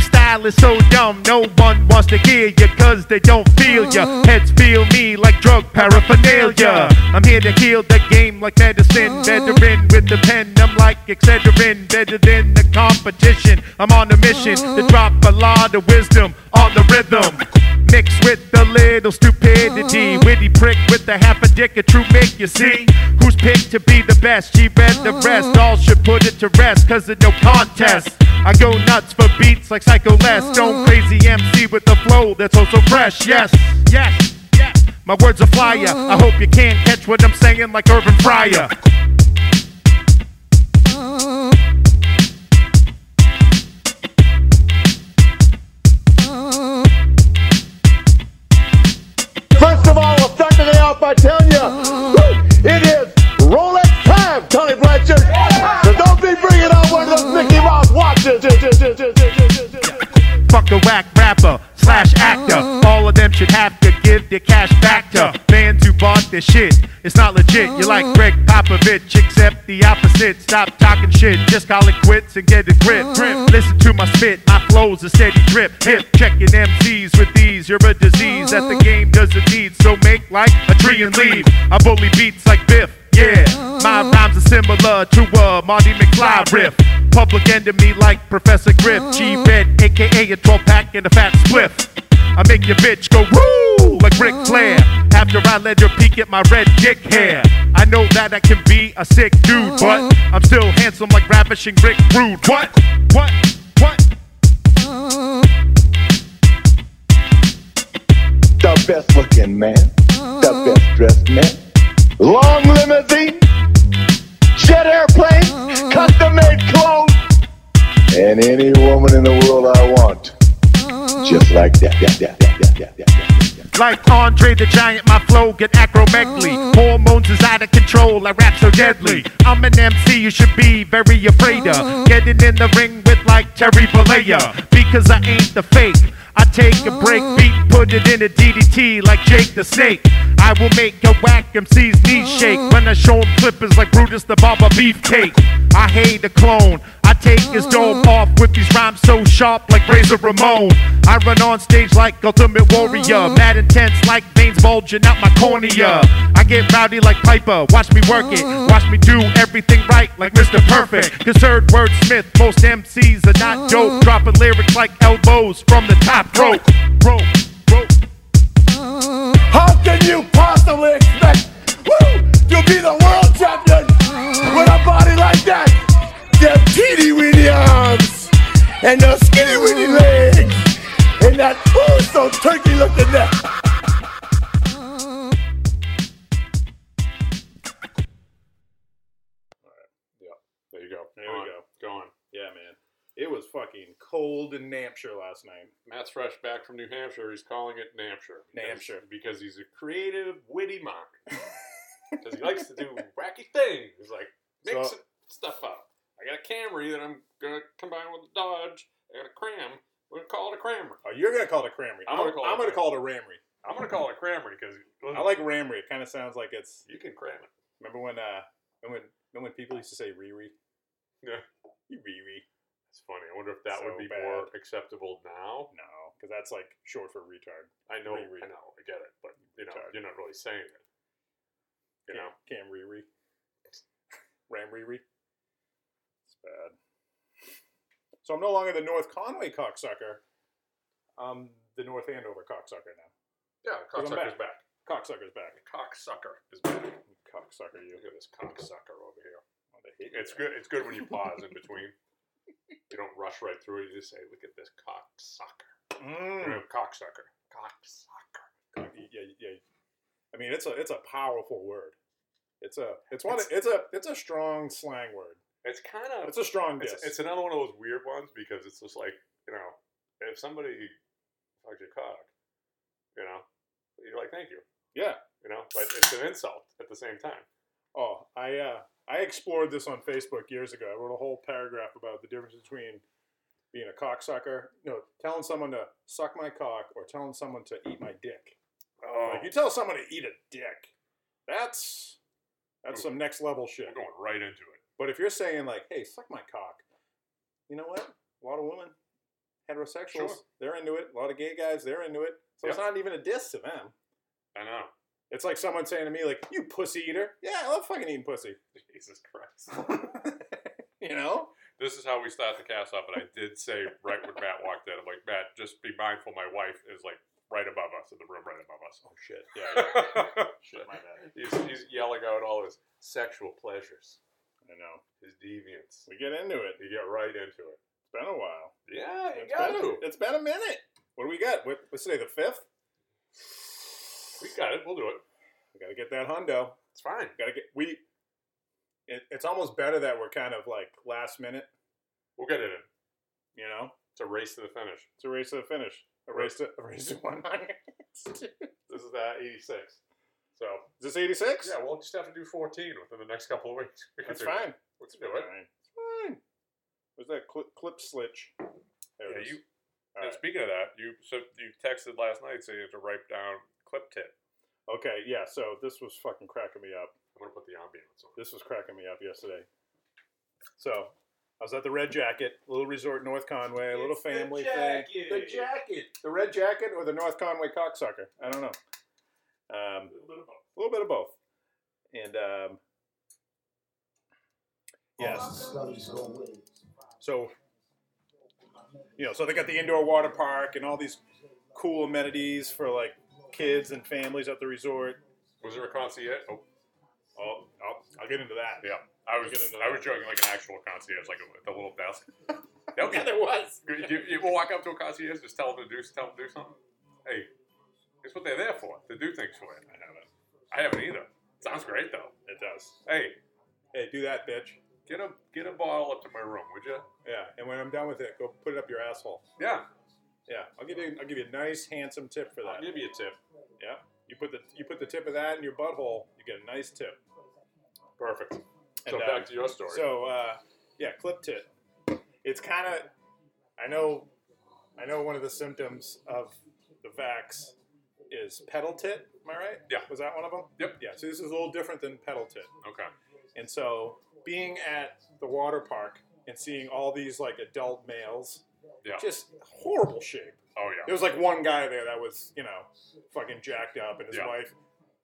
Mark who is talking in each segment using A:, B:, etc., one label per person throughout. A: style is so dumb, no one wants to hear ya, cause they don't feel ya. Heads feel me like drug paraphernalia. Uh, I'm here to heal the game like medicine, veteran with the pen. I'm like Excedrin, better than the competition. I'm on a mission to drop a lot of wisdom on the rhythm. Mixed with a little stupidity. Witty prick with a half a dick, a true mick, you see. Who's picked to be the best? She read the rest. All should put it to rest, cause of no contest. I go nuts for beats like Psycho Les. Don't crazy MC with a flow that's so, so fresh. Yes, yes, yes. My words are flyer. I hope you can't catch what I'm saying like Urban Fryer.
B: First of all, we'll start the day off by telling you it is Rolex time, Tony Blanchard. So don't be bringing out one of those Mickey Mouse watches.
A: Fuck a whack rapper slash actor. All of them should have to give their cash back to fans who bought their shit. It's not legit. You're like Greg Popovich, except the opposite. Stop talking shit. Just call it quits and get a grip. grip. Listen to my spit. My flow's a steady drip. Hip checking MCs with these. You're a disease that the game doesn't need. So make like a tree and leave. I bully beats like Biff. Yeah, my rhymes are similar to a Marty McFly riff. Public enemy like Professor Griff. G Red, aka a 12 pack and a fat spliff. I make your bitch go woo like Ric Flair. After I let her peek at my red dick hair. I know that I can be a sick dude, but I'm still handsome like ravishing Rick Rude. What? What? What?
B: The best looking man, the best dressed man, long limousine, jet airplane, custom made clothes, and any woman in the world I want. Just like that. that, that, that, that, that, that, that, that.
A: Like Andre the Giant, my flow get acromegaly. Hormones is out of control, I rap so deadly. I'm an MC you should be very afraid of. Getting in the ring with like Terry Bollea. Because I ain't the fake. I take a break beat, put it in a DDT like Jake the Snake. I will make your whack MC's knees shake when I show 'em clippers like Brutus the Barber Beefcake. I hate a clone. I take his dope off with these rhymes so sharp like Razor Ramon. I run on stage like Ultimate Warrior, mad intense like veins bulging out my cornea. I get rowdy like Piper, watch me work it, watch me do everything right like Mr. Perfect. Concerned wordsmith, most MCs are not dope, dropping lyrics like elbows from the top rope. Rope, rope.
B: How can you possibly expect woo, to be the world champion with a body like that? The teeny weeny arms and the skinny weeny legs and that ooh so turkey looking neck.
C: Yeah, there you go. There we go. Go on. Yeah, man. It was fucking cold in Hampshire last night.
D: Matt's fresh back from New Hampshire. He's calling it Nampshire.
C: Nampshire.
D: Because he's a creative, witty mock. Because he likes to do wacky things. He's like, mix
C: So-
D: it- stuff up. I got a Camry that I'm going to combine with a Dodge. I got a Cram. We're going to call it a Crammer.
C: Oh, you're gonna call it a Cramry.
D: I'm gonna call it
C: I'm
D: a
C: gonna
D: Cramry.
C: call it a Ramry.
D: I'm going to call it a Crammer because
C: I like Ramry. It kind of sounds like it's.
D: You can cram it.
C: Remember when uh, remember when, remember when people used to say Riri?
D: Yeah.
C: You Riri.
D: It's funny. I wonder if that
C: So
D: would be
C: bad.
D: more acceptable now.
C: No, because that's like short for retard.
D: I know, I
C: Reread.
D: know, I get it, but you know,
C: Sorry.
D: you're not really saying it. You know,
C: Cam Riri. Ram Riri. It's bad. So I'm no longer the North Conway cocksucker. I'm the North Andover cocksucker now.
D: yeah,
C: Cause I'm
D: cocksucker's back.
C: Cocksucker's back.
D: Cocksucker is back. Look
C: Cocksucker, you.
D: at this cocksucker over here.
C: Oh, they hate
D: It's
C: you.
D: good. It's good when you pause in between. You don't rush right through it. You just say, "Look at this cocksucker." You
C: Mm.
D: know, cocksucker. Cocksucker.
C: Yeah, yeah. I mean, it's a it's a powerful word. It's a it's one it's a it's a strong slang word.
D: It's kind of
C: It's a strong diss.
D: It's, it's another one of those weird ones because it's just like you know, if somebody fucks your cock, you know, you're like, "Thank you,"
C: yeah.
D: you know, but it's an insult at the same time.
C: Oh, I uh, I explored this on Facebook years ago. I wrote a whole paragraph about the difference between being a cocksucker, no, telling someone to suck my cock, or telling someone to eat my dick.
D: Oh,
C: Like you tell someone to eat a dick, that's that's some next level
D: We're
C: shit.
D: going right into it.
C: But if you're saying like, hey, suck my cock, you know what? A lot of women heterosexuals,
D: Sure.
C: they're into it. A lot of gay guys, they're into it. So it's
D: Yep.
C: not even a diss to them.
D: I know.
C: It's like someone saying to me, like, "You pussy eater." Yeah, I love fucking eating pussy.
D: Jesus Christ.
C: you know?
D: this is how we start the cast off, and I did say right when Matt walked in, I'm like, Matt, just be mindful. My wife is like right above us in the room, right above us. Oh shit! Yeah, yeah. shit.
C: My bad.
D: He's, he's yelling out all his sexual pleasures,
C: I know.
D: his deviance.
C: We get into it.
D: You get right into it.
C: It's been a while.
D: Yeah, you
C: It's
D: got
C: been,
D: to.
C: it's been a minute. What do we got? What, what's today? The fifth.
D: We got it. We'll do it.
C: We gotta get that hundo.
D: It's fine.
C: Gotta get we. It, it's almost better that we're kind of like last minute.
D: We'll get it in.
C: You know,
D: It's a race to the finish.
C: it's a race to the finish. A race to a race to one hundred. Is
D: This is uh, 86. So
C: this eighty six?
D: yeah, we'll just have to do 14 within the next couple of weeks. We can
C: that's
D: do it.
C: fine.
D: We can do it.
C: Fine. It's fine. Where's that clip, clip slitch? There
D: Yeah,
C: it is.
D: you.
C: All
D: and
C: right.
D: Speaking of that, you so you texted last night saying you have to write down clip tip.
C: Okay, yeah, so this was fucking cracking me up.
D: I'm gonna put the ambiance on.
C: This was cracking me up yesterday. So, I was at the Red Jacket, little resort in North Conway, a little family thing. The jacket! The Red Jacket or the North Conway cocksucker? I don't know. Um,
D: A little bit of both.
C: a little bit of both. And, um, yes. So, you know, so they got the indoor water park and all these cool amenities for like kids and families at the resort.
D: Was there a concierge? Oh,
C: Oh, I'll, I'll get into that.
D: yeah. I was
C: We'll get into
D: I
C: that.
D: was joking like an actual concierge, like at the little desk. That'd be-
C: Yeah, there was.
D: You, you, you walk up to a concierge, just tell them to do tell them to do something. Hey, it's what they're there for to do things for you. I haven't. I haven't either. Sounds great though.
C: It does.
D: Hey,
C: Hey, do that, bitch.
D: get a get a bottle up to my room, would you?
C: Yeah, and when I'm done with it, go put it up your asshole.
D: Yeah.
C: Yeah, I'll give you I'll give you a nice handsome tip for
D: I'll
C: that.
D: give you a tip.
C: Yeah, you put the you put the tip of that in your butthole, you get a nice tip.
D: Perfect.
C: And,
D: so
C: uh,
D: back to your story.
C: So uh, yeah, clip tit. It's kind of I know I know one of the symptoms of the vax is pedal tit. Am I right?
D: Yeah.
C: Was that one of them?
D: Yep.
C: Yeah. So this is a little different than pedal tit.
D: okay.
C: And so being at the water park and seeing all these like adult males,
D: Yeah.
C: just horrible shape.
D: Oh yeah.
C: There was like one guy there that was, you know, fucking jacked up, and his
D: Yeah.
C: wife,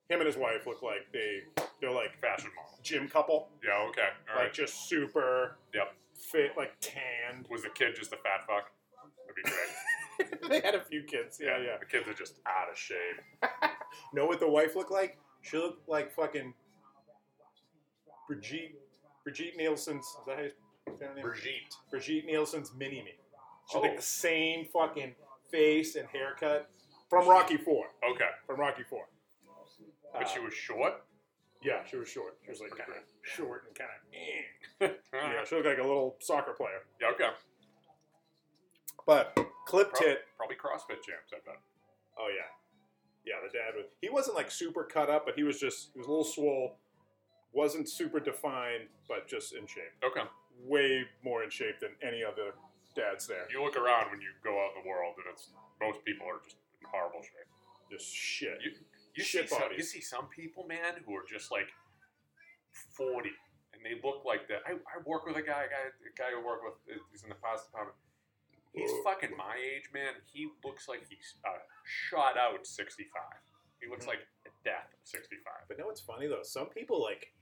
C: him and his wife look like they they're like
D: Fashion model.
C: gym couple,
D: Yeah. Okay. All
C: like
D: right.
C: just super
D: Yep.
C: fit, like tanned.
D: Was the kid just a fat fuck? That'd be great.
C: they had a few kids. Yeah, yeah.
D: The kids are just out of shape.
C: Know what the wife looked like? She looked like fucking Brigitte Brigitte Nielsen's. Is that how you say her name?
D: Brigitte.
C: Brigitte Nielsen's mini me. She
D: Oh.
C: like the same fucking face and haircut from Rocky Four.
D: Okay.
C: From Rocky Four.
D: But she
C: Uh,
D: was short?
C: Yeah, she was short. She was like kind of short and kind of. Yeah,
D: yeah.
C: she looked like a little soccer player.
D: Okay.
C: But clip
D: Pro-
C: tit.
D: Probably CrossFit champs, I bet.
C: Oh yeah, yeah. The dad was. He wasn't like super cut up, but he was just he was a little swole. Wasn't super defined, but just in shape.
D: Okay.
C: Way more in shape than any other dads there.
D: You look around when you go out in the world and it's most people are just in horrible shape.
C: Just shit.
D: You you
C: Shit
D: see some,
C: bodies.
D: you see some people, man, who are just like forty and they look like that. I, I work with a guy, a guy a guy I work with uh, he's in the pasta department. He's fucking my age, man. He looks like he's uh, shot out sixty five. He looks
C: Hmm.
D: like death at sixty five.
C: But no, it's funny though. Some people like,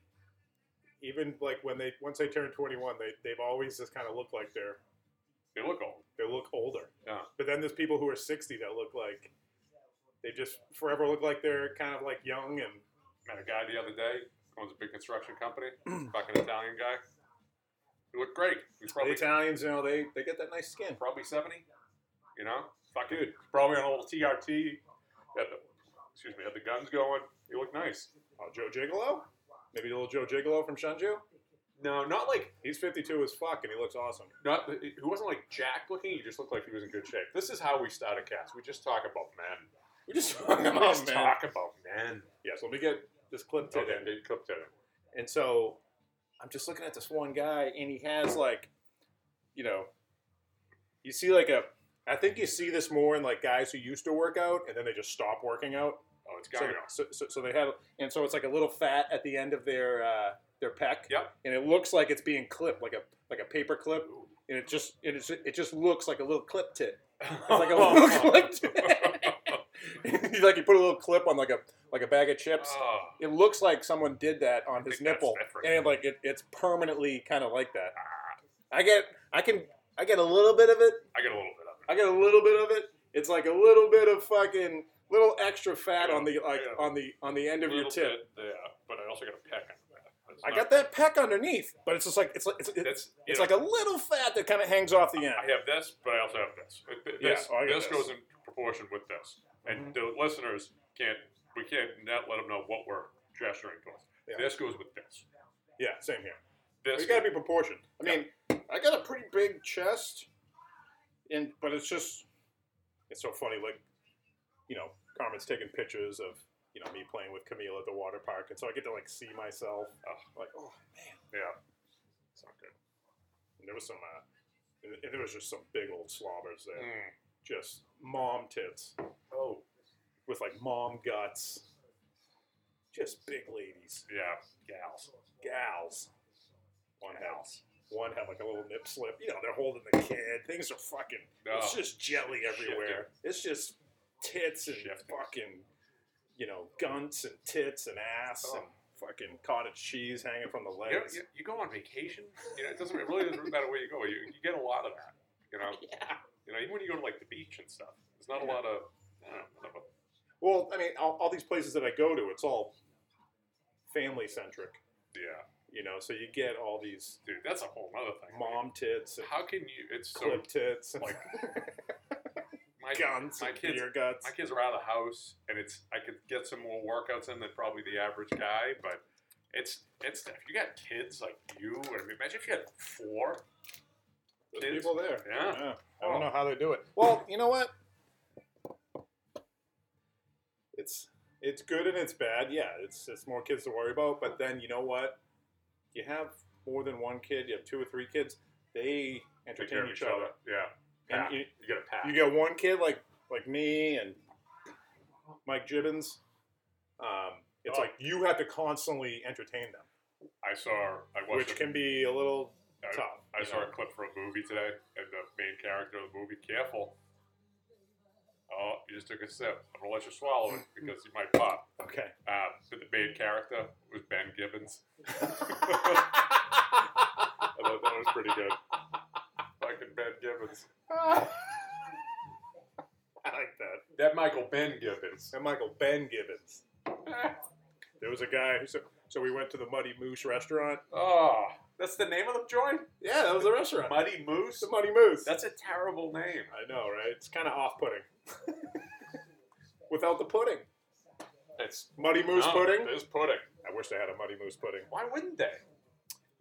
C: even like when they once they turn twenty one, they they've always just kind of looked like they're
D: They look old.
C: they look older.
D: Yeah.
C: But then there's people who are 60 that look like they just forever look like they're kind of like young and
D: Met a guy the other day, owns a big construction company, fucking Italian guy. He looked great. He's
C: the
D: probably
C: Italians, you know, they they get that nice skin.
D: probably seventy. You know, fuck dude. Probably on a little TRT. Had the, excuse me, had the guns going. He looked nice.
C: Oh, Joe Gigolo? Maybe a little Joe Gigolo from Shunju?
D: No, not like
C: He's 52 as fuck and he looks awesome.
D: not. He wasn't like jacked looking. He just looked like he was in good shape. This is how we start a cast. We just talk about men.
C: We just talking
D: We just talk about men.
C: Yeah, so let me get this clip to
D: Okay,
C: them.
D: they cooked it.
C: And so I'm just looking at this one guy, and he has like, you know, you see like a. I think you see this more in like guys who used to work out and then they just stop working out.
D: Oh, it's
C: So,
D: Gaio.
C: so, so, so they had, and so it's like a little fat at the end of their uh, their pec,
D: Yep.
C: and it looks like it's being clipped, like a like a paper clip,
D: Ooh,
C: and it just and it's, it just looks like a little clip tit. It's like a little clip tit. You, like you put a little clip on like a like a bag of chips.
D: Oh,
C: It looks like someone did that on his
D: think that's Ah.
C: nipple,
D: different.
C: and like it, it's permanently kind of like that. I get I can I get a little bit of it.
D: I get a little bit of it.
C: I get a little bit of it. It's like a little bit of fucking little extra fat on the like
D: Yeah.
C: on the on the end of your
D: Little
C: tip.
D: bit, yeah, but I also got a peck under that. It's
C: I
D: not-
C: got that peck underneath, but it's just like it's like it's, it-
D: That's, you
C: it's
D: know,
C: like a little fat that kind of hangs off the end.
D: I have this, but I also have this. It- it-
C: Yeah,
D: this,
C: I got
D: this Mm-hmm.
C: this.
D: goes in proportion with this, and the listeners can't. We can't not let them know what we're gesturing towards.
C: Yeah.
D: This goes with this.
C: Yeah, same here.
D: This
C: It's got to be proportioned. I mean, I got a pretty big chest, and but it's just it's so funny. Like you know, Carmen's taking pictures of you know me playing with Camille at the water park, and so I get to like see myself. Oh, like oh man, yeah, it's not good. And there was some, uh, and, and there was just some big old slobbers there,
D: Mm.
C: just mom tits
D: Oh,
C: with like mom guts, just big ladies,
D: yeah, gals.
C: gals. One house. One had like a little nip slip. You know, they're holding the kid. Things are fucking. It's
D: Oh.
C: just jelly
D: Shifting.
C: everywhere. It's just tits and
D: Shifting.
C: fucking, you know, guns and tits and ass
D: Oh.
C: and fucking cottage cheese hanging from the
D: You,
C: legs.
D: you, you go on vacation. You know, it doesn't it really doesn't matter where you go. You, you get a lot of that. You know. Yeah. You know, even when you go to like the beach and stuff, there's not a lot of. I don't know, not a-
C: Well, I mean, all, all these places that I go to, it's all family centric.
D: yeah,
C: You know, so you get all these
D: dude, that's a whole other thing.
C: mom tits and
D: How can you? It's so
C: clip tits and
D: like- my
C: guns
D: My
C: and
D: kids
C: beer guts.
D: My kids are out of the house, and it's I could get some more workouts in than probably the average guy, but it's it's tough. You got kids like you, and I mean, imagine if you had four.
C: There's people there.
D: Yeah.
C: I don't know how they do it. Oh. Well, you know what? It's it's good and it's bad. Yeah, it's it's more kids to worry about. But then you know what? You have more than one kid. You have two or three kids. They
D: Take
C: entertain
D: care of
C: each other.
D: Yeah,
C: And
D: Pack.
C: you,
D: you got a pack.
C: you get one kid like like me and Mike Gibbons. Um, it's
D: Oh.
C: like you have to constantly entertain them,
D: I saw I watched
C: which
D: a-
C: can be a little
D: I-
C: tough.
D: I
C: you
D: saw
C: know?
D: a clip from a movie today, and the main character of the movie, careful. Oh, you just took a sip. I'm gonna let you swallow it because you might pop.
C: Okay.
D: Uh, but the main character was Ben Gibbons. I thought that was pretty good. Fucking Ben Gibbons.
C: I like that.
D: That Michael Ben Gibbons.
C: and Michael Ben Gibbons. There was a guy who so, so we went to the Muddy Moose restaurant.
D: Oh, that's the name of the joint?
C: Yeah, that was a restaurant.
D: Muddy Moose?
C: the Muddy Moose.
D: That's a terrible name.
C: I know, right? It's kind of off-putting. Without the pudding,
D: It's
C: Muddy Moose
D: no,
C: pudding.
D: It is pudding.
C: I wish they had a Muddy Moose pudding.
D: Why wouldn't they?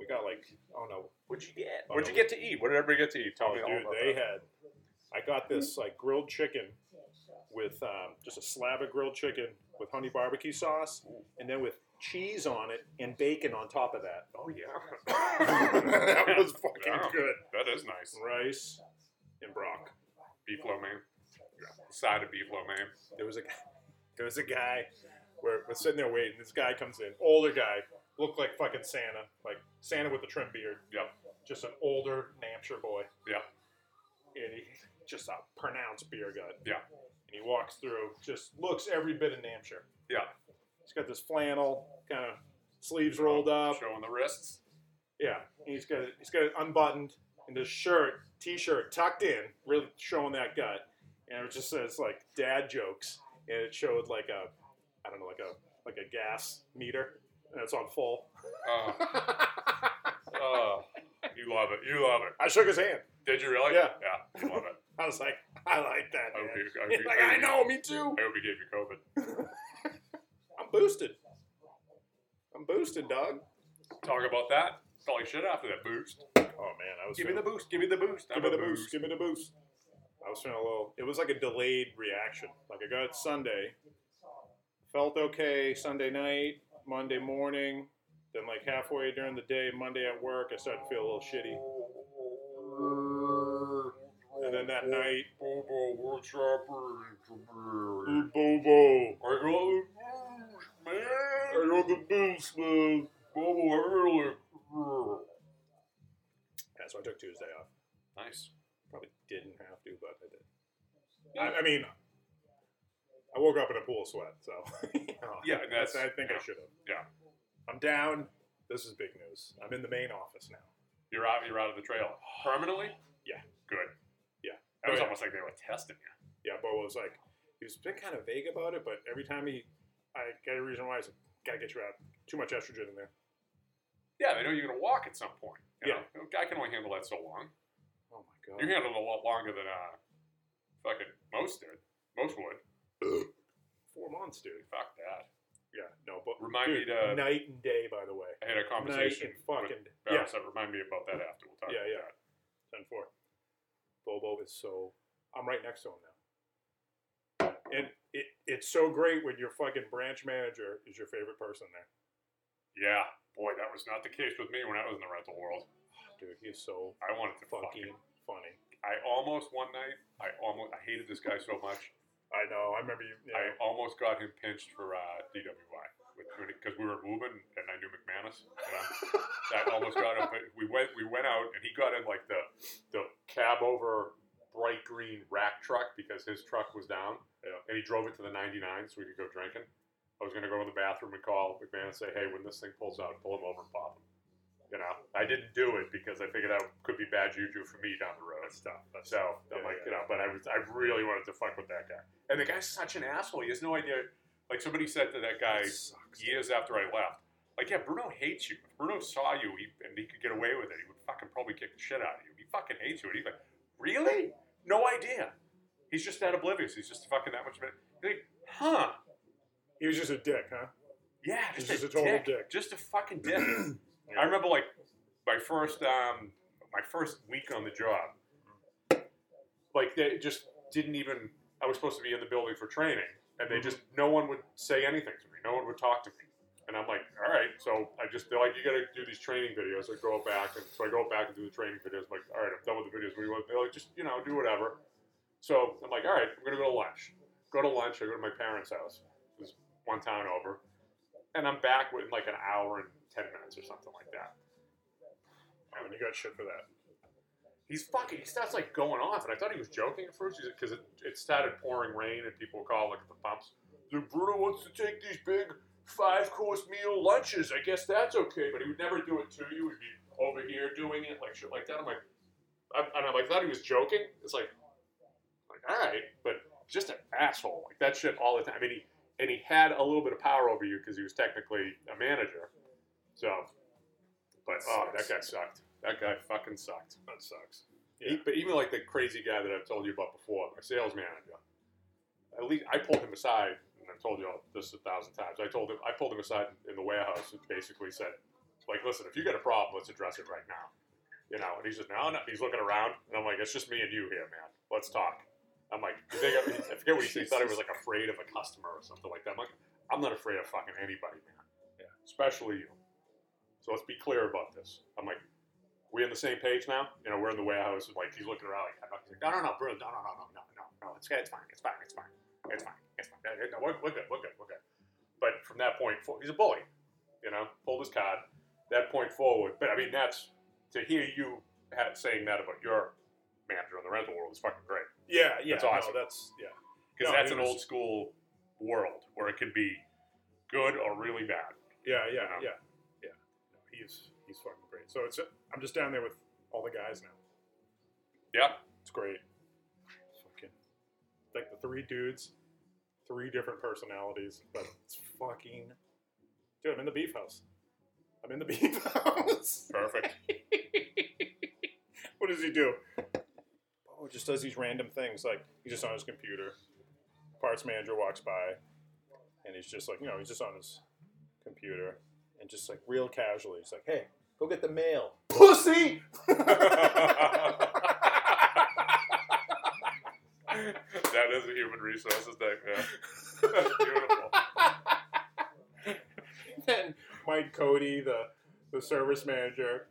C: We got like, oh no,
D: What'd you get?
C: Oh,
D: What'd
C: no,
D: you get to eat? What did everybody get to eat? Tell
C: oh,
D: me
C: dude,
D: all about
C: they
D: that.
C: had. I got this like grilled chicken with um, just a slab of grilled chicken with honey barbecue sauce, and then with cheese on it and bacon on top of that.
D: Oh, yeah.
C: that was fucking
D: Yeah.
C: good.
D: that is nice.
C: rice and brock.
D: Beef lo mein. Side of beef lo mein.
C: There was a guy, there was a guy where we're sitting there waiting. This guy comes in, older guy, looked like fucking Santa, like Santa with a trim beard,
D: Yep.
C: just an older New Hampshire boy,
D: Yeah.
C: and he just a pronounced beer gut.
D: Yeah.
C: and he walks through, just looks every bit of New Hampshire.
D: Yeah.
C: He's got this flannel kind of sleeves rolled up.
D: Showing the wrists.
C: Yeah, and he's got it, he's got it unbuttoned and this shirt, t-shirt tucked in, really showing that gut. And it just says like dad jokes, and it showed like a, I don't know, like a like a gas meter, and it's on full.
D: Oh. oh. You love it. You love it.
C: I shook his hand.
D: Did you really?
C: Yeah.
D: Yeah. You love it.
C: I was like, I like that.
D: I
C: Man.
D: hope you, I hope
C: He's
D: you-
C: like,
D: hope
C: I
D: you-
C: know, me too.
D: I hope he gave you COVID.
C: I'm boosted. I'm boosted, dog.
D: Talk about that. Felt like shit after that boost.
C: Oh man, I was.
D: Give me
C: feeling-
D: the boost. Give me the boost.
C: Give me the boost. Give me the boost. I was feeling a little. It was like a delayed reaction. Like I got it Sunday, felt okay Sunday night, Monday morning, then like halfway during the day, Monday at work, I started to feel a little shitty, and then that night,
D: Bobo, we're choppers.
C: "Ooh, Bobo,
D: I got the boost,
C: I
D: man.
C: got the boost, man.
D: Bobo, I really.
C: Yeah, so I took Tuesday off.
D: Nice.
C: Probably didn't have to, but I did.
D: Yeah.
C: I, I mean, I woke up in a pool of sweat, so you know,
D: Yeah,
C: that's.
D: that's-
C: I think I
D: yeah.
C: should have.
D: Yeah.
C: I'm down. This is big news. I'm in the main office now.
D: You're out. You're out of the trail permanently.
C: Yeah.
D: Good.
C: Yeah.
D: It was
C: Oh, yeah.
D: almost like they were testing you.
C: Yeah, Bo was like, he was been kind of vague about it, but every time he, I got a reason why I said, gotta get you out. Too much estrogen in there.
D: Yeah, they know you're gonna walk at some point. you
C: Yeah.
D: know? I can only handle that so long.
C: Oh my god.
D: You handled it a lot longer than uh, fucking most did. Most would.
C: four months, dude.
D: Fuck that.
C: Yeah, no, but
D: Remind me
C: dude,
D: to-
C: night and day, by the way.
D: I had a
C: Night
D: conversation
C: and fucking
D: with Barra,
C: yeah,
D: so remind me about that after. We'll talk.
C: yeah,
D: about
C: yeah. Ten four. Bobo is so. I'm right next to him now. And it, it's so great when your fucking branch manager is your favorite person there,
D: Yeah. Boy, that was not the case with me when I was in the rental world.
C: dude. He's so
D: I wanted to
C: fucking
D: fucking.
C: funny.
D: I almost one night. I almost. I hated this guy so much.
C: I know. I remember you. you
D: I
C: know,
D: almost got him pinched for uh, DWI because we were moving and I knew McManus. And I'm, that almost got him. But we went we went out and he got in like the the cab over bright green rack truck because his truck was down.
C: Yeah.
D: And he drove it to the 99 so we could go drinking. I was going to go in the bathroom and call McManus and say, hey, when this thing pulls out, pull him over and pop him. You know, I didn't do it because I figured that could be bad juju for me down the road. That's tough. so I'm
C: Yeah,
D: like,
C: yeah.
D: you know, but I was I really wanted to fuck with that guy. And the guy's such an asshole. He has no idea. Like somebody said to that guy
C: that sucks.
D: years after I left, like, yeah, Bruno hates you. If Bruno saw you he, and he could get away with it, he would fucking probably kick the shit out of you. He fucking hates you. And he's like, really? No idea. He's just that oblivious. He's just fucking that much. of a- You're like, huh?
C: He was just a dick, huh?
D: Yeah,
C: He's
D: just,
C: just
D: a,
C: a total
D: dick.
C: dick.
D: Just a fucking dick.
C: Yeah.
D: I remember like my first um my first week on the job. Like they just didn't even I was supposed to be in the building for training and
C: Mm-hmm.
D: they just no one would say anything to me. No one would talk to me. And I'm like, all right, so I just they're like, you gotta do these training videos. I go back and so I go back and do the training videos. I'm like, all right, I'm done with the videos. What do you want? They're like, just you know, do whatever. So I'm like, all right, I'm gonna go to lunch. Go to lunch. I go to my parents' house. It's one town over, and I'm back within like an hour and ten minutes or something like that.
C: And you got shit for that.
D: He's fucking. He starts like going off, and I thought he was joking at first because it, it started pouring rain, and people were calling like at the pumps. The Bruno wants to take these big five course meal lunches. I guess that's okay, but he would never do it to you. He'd be over here doing it like shit like that. I'm like, I'm, and I'm like, thought he was joking. It's like, like all right, but just an asshole like that shit all the time. I mean, he and he had a little bit of power over you because he was technically a manager. So, but oh, that guy sucked. That guy fucking sucked.
C: That sucks.
D: E- But even like the crazy guy that I've told you about before, my sales manager. At least I pulled him aside, and I've told you all this a thousand times. I told him I pulled him aside in the warehouse and basically said, like, listen, if you got a problem, let's address it right now. You know, and he's just no, no. He's looking around, and I'm like, it's just me and you here, man. Let's talk. I'm like, you think I, I forget what he said. He thought I was like afraid of a customer or something like that. I'm like, I'm not afraid of fucking anybody, man. Yeah. Especially you. So let's be clear about this. I'm like, we on the same page now? You know, we're in the warehouse, and like he's looking around, like, I'm not- he's like, no, no, no, bro, no, no, no, no, no, no, no, it's good, it's fine, it's fine, it's fine, it's fine, it's fine. Yeah, yeah, No, we're, we're good, we're good, we're good. But from that point, for, he's a bully. You know, pulled his card. That point forward, but I mean, that's to hear you ha- saying that about your manager in the rental world is fucking great
C: Yeah,
D: That's
C: yeah. no,
D: awesome.
C: that's yeah.
D: because
C: No,
D: that's
C: it
D: an
C: was-
D: old school world where it can be good or really bad.
C: Yeah, yeah,
D: Um,
C: yeah, yeah. No, he's he's fucking great. So it's I'm just down there with all the guys now.
D: Yep.
C: It's great. Fucking like the three dudes, three different personalities, but it's fucking. Dude, I'm in the beef house. I'm in the beef house.
D: Perfect.
C: what does he do? Oh, just does these random things. Like he's just on his computer. Parts manager walks by, and he's just like, you know, he's just on his computer, and just like real casually, he's like, "Hey, go get the mail, pussy."
D: that is a human resources thing. Yeah. Beautiful.
C: and Mike Cody, the the service manager,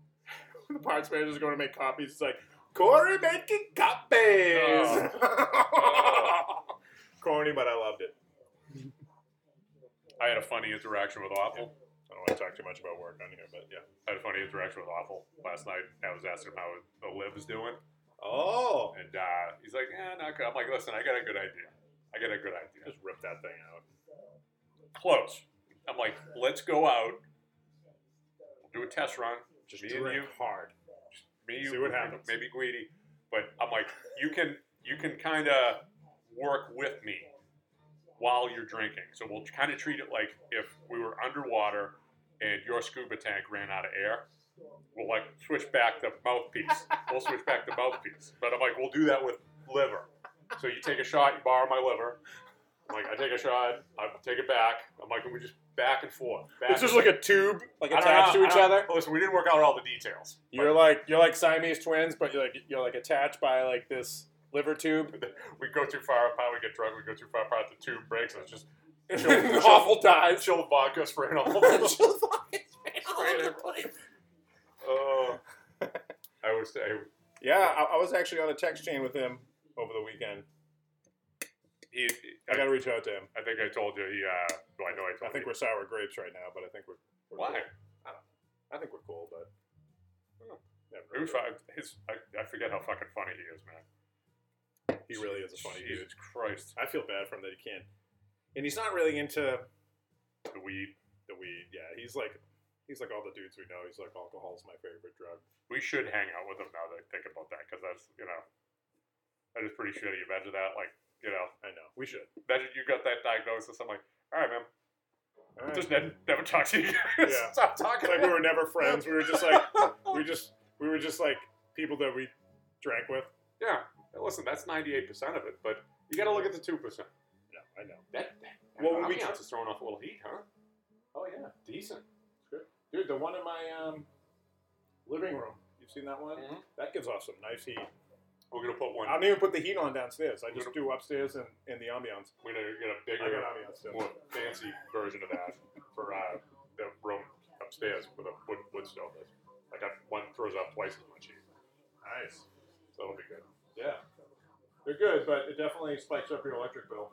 C: the parts manager is going to make copies. It's like Corey making copies.
D: Oh.
C: Corny, but I loved it.
D: I had a funny interaction with Awful.
C: Oh don't want to talk too much about work on here, but yeah.
D: I had a funny interaction with Awful last night. I was asking him how the live is doing,
C: Oh,
D: and uh, he's like, "Yeah, not good." I'm like, "Listen, I got a good idea. I got a good idea.
C: just rip that thing out.
D: Close." I'm like, "Let's go out. We'll do a test run.
C: Just
D: Me and
C: drink
D: you.
C: hard.
D: me,
C: See
D: you,
C: what happens.
D: Maybe greedy, but I'm like, you can you can kind of work with me while you're drinking. So we'll kind of treat it like if we were underwater and your scuba tank ran out of air. We'll like switch back the mouthpiece. we'll switch back the mouthpiece. But I'm like, we'll do that with liver. So you take a shot, you borrow my liver. I'm like, I take a shot, I take it back. I'm like, and we just back and forth. Back
C: It's
D: and
C: just like a tube, like
D: I don't
C: attached
D: know,
C: to
D: I
C: each
D: don't-
C: other.
D: Listen, we didn't work out all the details. but-
C: You're like you're like Siamese twins, but you're like you're like attached by like this liver tube.
D: we go too far apart, we get drunk, we go too far apart, the tube breaks, and it's just chill,
C: Awful
D: I
C: times.
D: chill vodka spraying all over the place. Oh, I was I,
C: Yeah, I, I was actually on a text chain with him over the weekend.
D: he, I,
C: I got to reach out to him.
D: I think I told you he. Uh, well, I know I
C: I
D: told
C: think
D: you.
C: we're sour grapes right now, but I think we're, we're
D: Why?
C: cool. I think we're cool, but
D: Oh.
C: Never
D: It was
C: really-
D: fun. His, I, I forget how fucking funny he is, man.
C: he really is a funny dude.
D: Jesus Christ,
C: I feel bad for him that he can't. And he's not really into
D: the weed.
C: the weed. Yeah, he's like he's like all the dudes we know. He's like alcohol's my favorite drug.
D: We should hang out with him now that I think about that, because that's you know, that is pretty shitty. Imagine that, like you know,
C: I know. We should.
D: imagine you got that diagnosis. I'm like, all right, man,
C: All right.
D: Just never, never talk to you. guys.
C: Yeah.
D: Stop talking.
C: like we were never friends. We were just like we just we were just like people that we drank with.
D: yeah. Listen, that's ninety-eight percent of it, but you got to look at the two percent.
C: No, I know.
D: That, that
C: Well,
D: well,
C: when we-
D: we is throwing off a little heat, huh?
C: Oh yeah, decent. Good, dude. The one in my um, living room. You've seen that one?
D: Mhm.
C: That gives off some nice heat.
D: We're gonna put one.
C: I don't even put the heat on downstairs. I just
D: Gonna-
C: do upstairs and in the ambiance.
D: we're gonna get a
C: I
D: bigger,
C: got ambiance. Too.
D: more fancy version of that for uh, the room upstairs with a wood wood stove. Like I, one throws out twice as much heat,
C: Nice.
D: so it'll be good.
C: Yeah, they're good, but it definitely spikes up your electric bill.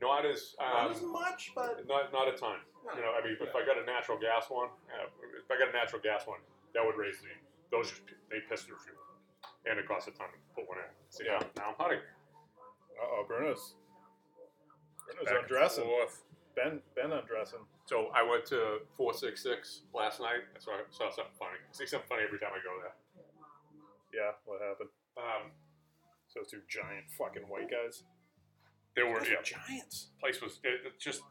D: Not as um,
C: much, but
D: Not not a ton. You know, I mean, if I got a natural gas one, uh, if I got a natural gas one, that would raise the those just they piss their fuel, and it costs a ton to put one in. So yeah, now I'm hunting.
C: uh oh, Bruno's. Bruno's
D: Back and
C: undressing.
D: forth.
C: Ben, Ben undressing.
D: So I went to four six six last night. That's why I saw something funny. I see something funny every time I go there.
C: Yeah, what happened?
D: Um,
C: So two giant fucking white guys.
D: there were yeah,
C: giants.
D: place was it, it's just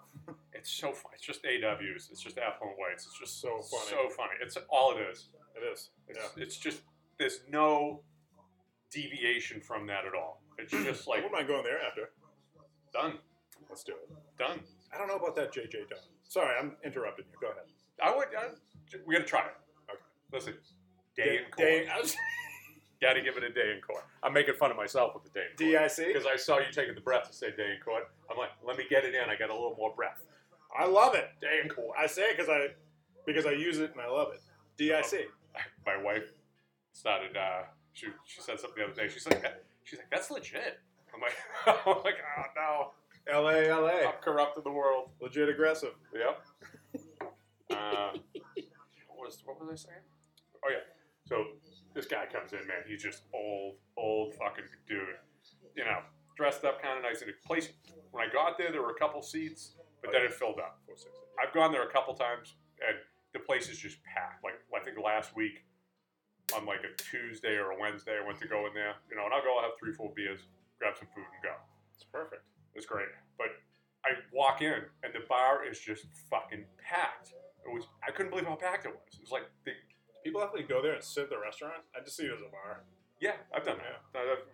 D: it's so fun. It's just AWs. It's just affluent whites. It's just so
C: So
D: funny.
C: funny.
D: So funny. It's all it is.
C: It is.
D: It's,
C: yeah.
D: it's just there's no deviation from that at all. It's just
C: I
D: like
C: wouldn't mind going there after.
D: done,
C: Let's do it.
D: done.
C: I don't know about that JJ Dunn. Sorry, I'm interrupting you. Go ahead.
D: I would. I, we got to try it.
C: Okay.
D: Listen, day in court.
C: Day- I was-
D: Got to give it a day in court. I'm making fun of myself with the day in court
C: DIC.
D: because I saw you taking the breath to say day in court. I'm like, let me get it in. I got a little more breath.
C: I love it. Day and cool. I say it because I because I use it and I love it. DIC.
D: My wife started. Uh, she she said something the other day. She's like, that, she's like, that's legit. I'm like, I'm like, oh
C: LA
D: no,
C: LA.
D: I'm corrupting the world.
C: Legit aggressive.
D: Yep. uh, what was what was I saying? Oh yeah. So this guy comes in, man. He's just old, old fucking dude. You know, dressed up kind of nice. In a place when I got there, there were a couple seats, but then it filled up.
C: Four, six, eight.
D: I've gone there a couple times, and the place is just packed. Like I think last week, on like a Tuesday or a Wednesday, I went to go in there. You know, and I'll go. I'll have three, four beers, grab some food, and go.
C: It's perfect.
D: It's great. But I walk in and the bar is just fucking packed. It was I couldn't believe how packed it was. It was like the,
C: People actually go there and sit at the restaurant. I just see it as a bar.
D: yeah, I've done that. I've, I've-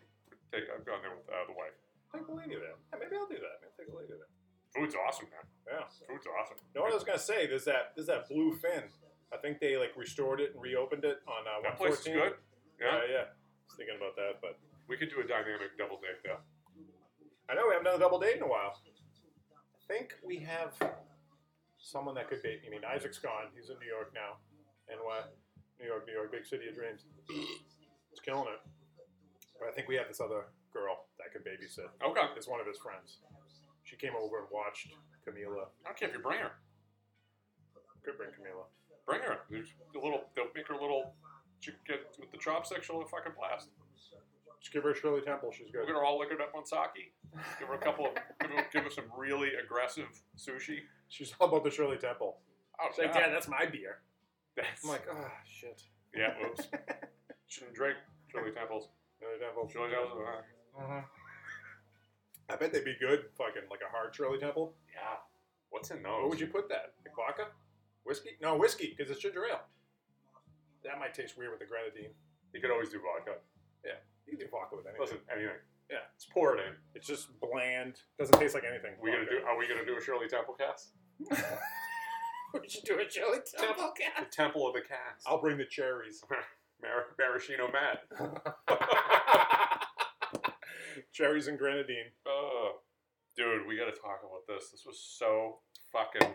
D: I've gone there with uh, the wife.
C: Take a lady there. Yeah, maybe I'll do that. Maybe take a lady there.
D: Food's awesome, man.
C: Yeah.
D: Food's awesome.
C: You know what I was gonna say? There's that there's that blue fin. I think they like restored it and reopened it on uh,
D: that place is
C: 114.
D: good. Yeah.
C: Yeah, yeah. I was thinking about that, but
D: we could do a dynamic double date though.
C: I know we haven't done a double date in a while. I think we have someone that could date. I mean, Isaac's gone. He's in New York now. And what? New York, New York, big city of dreams. It's killing it. But I think we have this other girl that could babysit.
D: Okay. I
C: It's one of his friends. She came over and watched Camila.
D: don't care if you bring her.
C: Could bring Camila.
D: Bring her. There's a little. They'll make her a little chicken with the chopsticks. She'll fucking blast.
C: Just give her Shirley Temple. She's
D: We'll
C: good.
D: get her all liquored up on sake. Give her a couple of. give, her, give her some really aggressive sushi.
C: She's all about the Shirley Temple.
D: Oh,
C: She's like,
D: God.
C: Dad, that's my beer.
D: That's
C: I'm like, ah, shit.
D: yeah. Oops. Shouldn't drink Shirley Temples.
C: Shirley Temple.
D: Shirley Temples. Uh,
C: I bet they'd be good, fucking like a hard Shirley Temple.
D: yeah. What's in
C: What
D: those?
C: would you put that? Like vodka? Whiskey? No, whiskey, because it's ginger ale. That might taste weird with the grenadine.
D: You could always do vodka.
C: You can do vodka with anything.
D: Listen, uh, anything.
C: Yeah.
D: Just pour it in.
C: It's just bland. Doesn't taste like anything.
D: We gonna do? Are we gonna do a Shirley Temple cast?
C: We should do a Shirley Temple.
D: The Temple of the Cast.
C: I'll bring the cherries.
D: Mar- Maraschino Matt.
C: cherries and grenadine.
D: Oh, dude, we got to talk about this. This was so fucking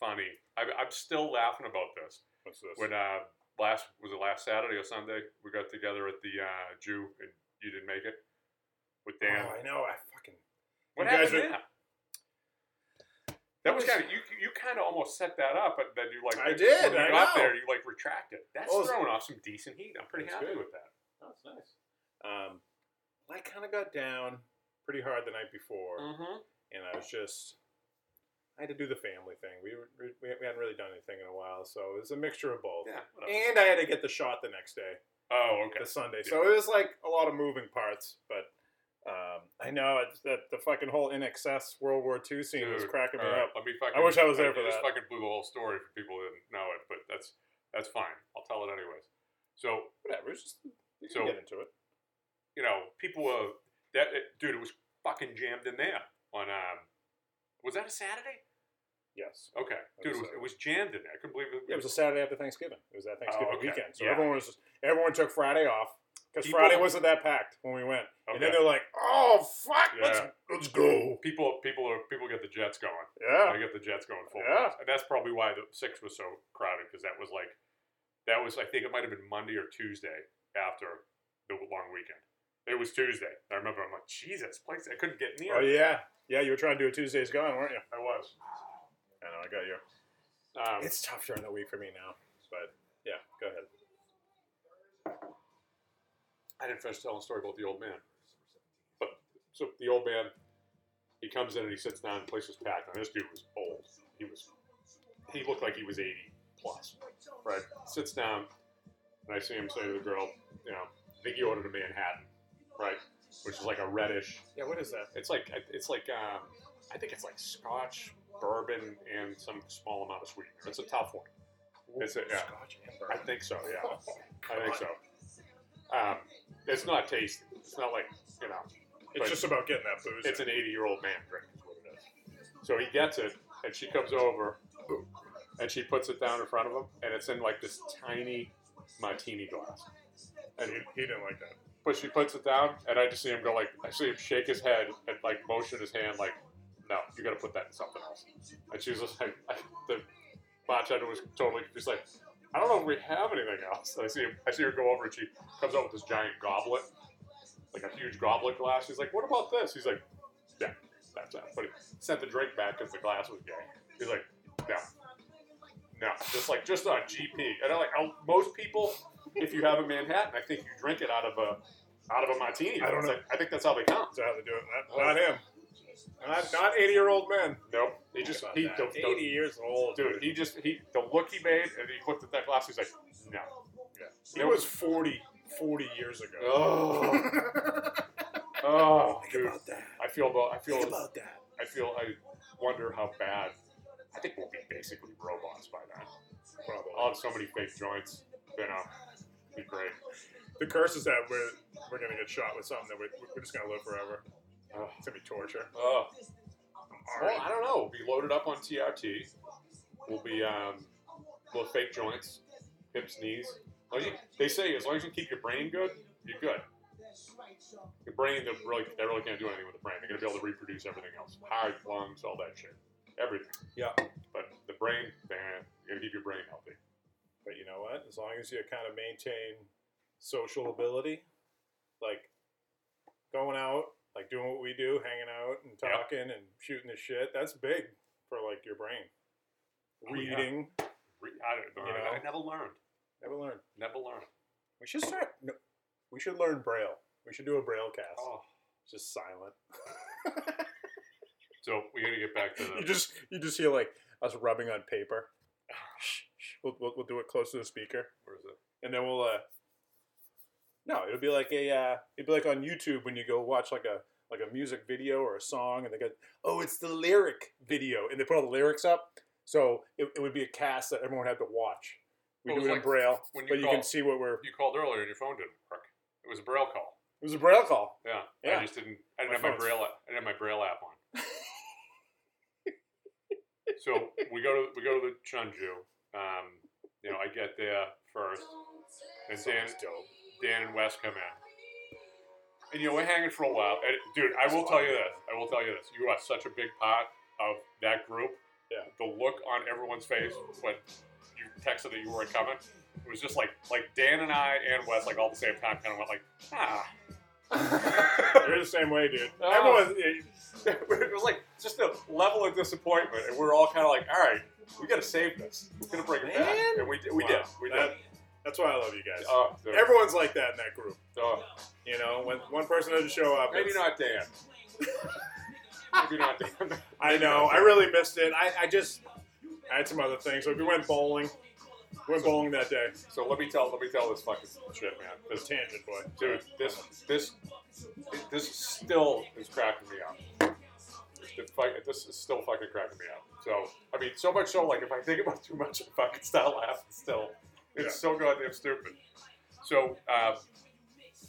D: funny. I, I'm still laughing about this.
C: What's this?
D: When uh, last was it last Saturday or Sunday? We got together at the uh, Jew, and you didn't make it with Dan.
C: Oh, I know. I fucking.
D: what
C: you
D: happened?
C: guys
D: to
C: are-
D: that? That was kind of you. You kind of almost set that up, but then you like
C: I did,
D: When you
C: I
D: got
C: know.
D: there, you like retracted. That's
C: Oh, it's-
D: throwing off some decent heat. I'm pretty
C: That's
D: happy
C: good.
D: with that.
C: That's nice. Um, I kind of got down pretty hard the night before.
D: Mm-hmm.
C: and I was just I had to do the family thing. We were, we we hadn't really done anything in a while, so it was a mixture of both.
D: Yeah. whatever.
C: And I had to get the shot the next day,
D: oh, okay.
C: the Sunday. So it was like a lot of moving parts, but um, I know it's that the fucking whole in excess World War II scene was
D: Dude,
C: cracking me
D: all right,
C: up.
D: Uh, Let me fucking,
C: I wish I was there for
D: just
C: that.
D: fucking blew the whole story for people who didn't know it, but that's that's fine. I'll tell it anyways. So
C: Whatever, it's just you
D: So-
C: can get into it.
D: you know, people were that it, dude. It was fucking jammed in there on um. Was that a Saturday?
C: Yes,
D: Okay, dude, it was, it was jammed in there. I couldn't believe it.
C: it was a Saturday after Thanksgiving. It was that Thanksgiving
D: okay.
C: weekend, so
D: Yeah.
C: everyone was just, everyone took Friday off because
D: People-
C: Friday wasn't that packed when we went. And then
D: okay.
C: they're like, "Oh fuck, let's
D: Yeah.
C: let's go."
D: People, people are people get the jets going.
C: Yeah.
D: They get the jets going full.
C: Yeah.
D: blast. and that's probably why the six was so crowded because that was like, that was I think it might have been Monday or Tuesday after the long weekend. It was Tuesday. I remember. I'm like, Jesus, place! I couldn't get near.
C: Oh
D: it.
C: yeah, yeah. You were trying to do a Tuesday's gone, weren't you?
D: I was.
C: I know. I got you.
D: Um,
C: It's tough during the week for me now, but yeah. Go ahead.
D: I didn't finish telling a story about the old man. But so the old man, he comes in and he sits down. The place was packed. And this dude was old. He was, he looked like he was eighty plus. Right. Sits down, and I see him say to the girl, you know, I think he ordered a Manhattan, right, which is like a reddish.
C: Yeah. What is that?
D: It's like it's like um, I think it's like Scotch bourbon and some small amount of sweetener. It's a tough one. It's a, yeah.
C: Scotch and
D: I
C: bourbon.
D: think so. Yeah, I think so. Um, it's not tasty. It's not like you know.
C: It's just about getting that booze.
D: It's
C: in.
D: an eighty-year-old man drink. Is what it is. So he gets it, and she comes over, and she puts it down in front of him, and it's in like this tiny martini glass. And he-
C: he, he didn't like that.
D: but she puts it down, and I just see him go like, I see him shake his head and like motion his hand like, no, you got to put that in something else. And she was just like, the bartender was totally just like, I don't know if we have anything else. And I see him, I see her go over, and she comes out with this giant goblet, like a huge goblet glass. She's like, what about this? He's like, yeah, that's that. But he sent the drink back because the glass was gay. He's like, no. No, just like just on GP, and I like i most people. If you have a Manhattan, I think you drink it out of a out of a martini.
C: I don't
D: It's
C: know.
D: like- I think that's how they come.
C: That's how they do it. Not, not him. Not not eighty year old men.
D: Nope. He just
C: About
D: he
C: that.
D: don't,
C: eighty years old.
D: dude. He just he the look he made, and he looked at that glass. He's like, no.
C: Yeah. He
D: Nope.
C: was 40, 40 years ago.
D: Oh, oh, dude.
C: that.
D: I feel about I feel
C: that.
D: I feel I wonder how bad. I think we'll be basically robots by now.
C: Probably.
D: I'll have so many fake joints. You know, be great.
C: The curse is that we're we're gonna get shot with something that we're, we're just gonna live forever.
D: Ugh.
C: It's gonna be torture.
D: Oh,
C: All
D: well,
C: right.
D: I don't know. We'll be loaded up on TRT. We'll be um, we'll have fake joints, hips, knees. As long as you- they say as long as you keep your brain good, you're good. Your brain, they really, they really can't do anything with the brain. They're gonna be able to reproduce everything else: heart, lungs, all that shit, everything.
C: Yeah.
D: But the brain, man, you're gonna keep your brain healthy.
C: But you know what? As long as you kind of maintain social ability, like going out, like doing what we do, hanging out and
D: Yeah.
C: talking and shooting the shit, that's big for like your brain.
D: Oh, yeah.
C: Reading,
D: re- I don't know.
C: You know?
D: I never learned.
C: Never learned.
D: Never learned.
C: We should start. No, we should learn Braille. We should do a Braille cast.
D: Oh.
C: It's Just silent.
D: So we gotta get back to the.
C: you just you just hear like us rubbing on paper. We'll, we'll, we'll do it close to the speaker,
D: where is it?
C: and then we'll. uh No, it'll be like a. Uh, it'll be like on YouTube when you go watch like a like a music video or a song, and they go, "Oh, it's the lyric video," and they put all the lyrics up. So it, it would be a cast that everyone had to watch. We
D: Well,
C: do it
D: it's
C: in
D: like
C: Braille,
D: when you
C: but you
D: call-
C: can see what we're.
D: You called earlier and your phone didn't work. It was a braille call.
C: It was a Braille call.
D: Yeah.
C: Yeah.
D: I just didn't. I didn't
C: My
D: have my
C: phone's-
D: braille. a- I didn't have my braille app on. so we go to we go to the Chunju. Um, you know, I get there first, and Dan, Dan and Wes come in, and you know we're hanging for a while. And dude, I will tell you this. I will tell you this. You are such a big part of that group.
C: Yeah.
D: The look on everyone's face when you texted that you weren't coming. It was just like like Dan and I and Wes like all at the same time kind of went like ah.
C: You're the same way, dude.
D: Oh.
C: Everyone,
D: it was like just a level of disappointment, and we're all kind of like, all right, we got to save this. We're gonna bring it back,
C: Man.
D: and we did. We
C: Wow.
D: did. We did.
C: That- that's why I love you guys.
D: Oh, dude.
C: Everyone's like that in that group.
D: Oh,
C: You know, when one person doesn't show up,
D: maybe
C: it's-
D: not Dan. maybe not Dan.
C: I know. I really missed it. I, I just I had some other things. Like we went bowling. We went bowling that day.
D: So let me tell let me tell this fucking shit, man.
C: It was
D: This
C: tangent, boy.
D: dude, this this this still is cracking me up. This fuck- This is still fucking cracking me up. So I mean, so much so like if I think about it too much, I fucking start laughing. Still, it's
C: Yeah.
D: so goddamn stupid. So um,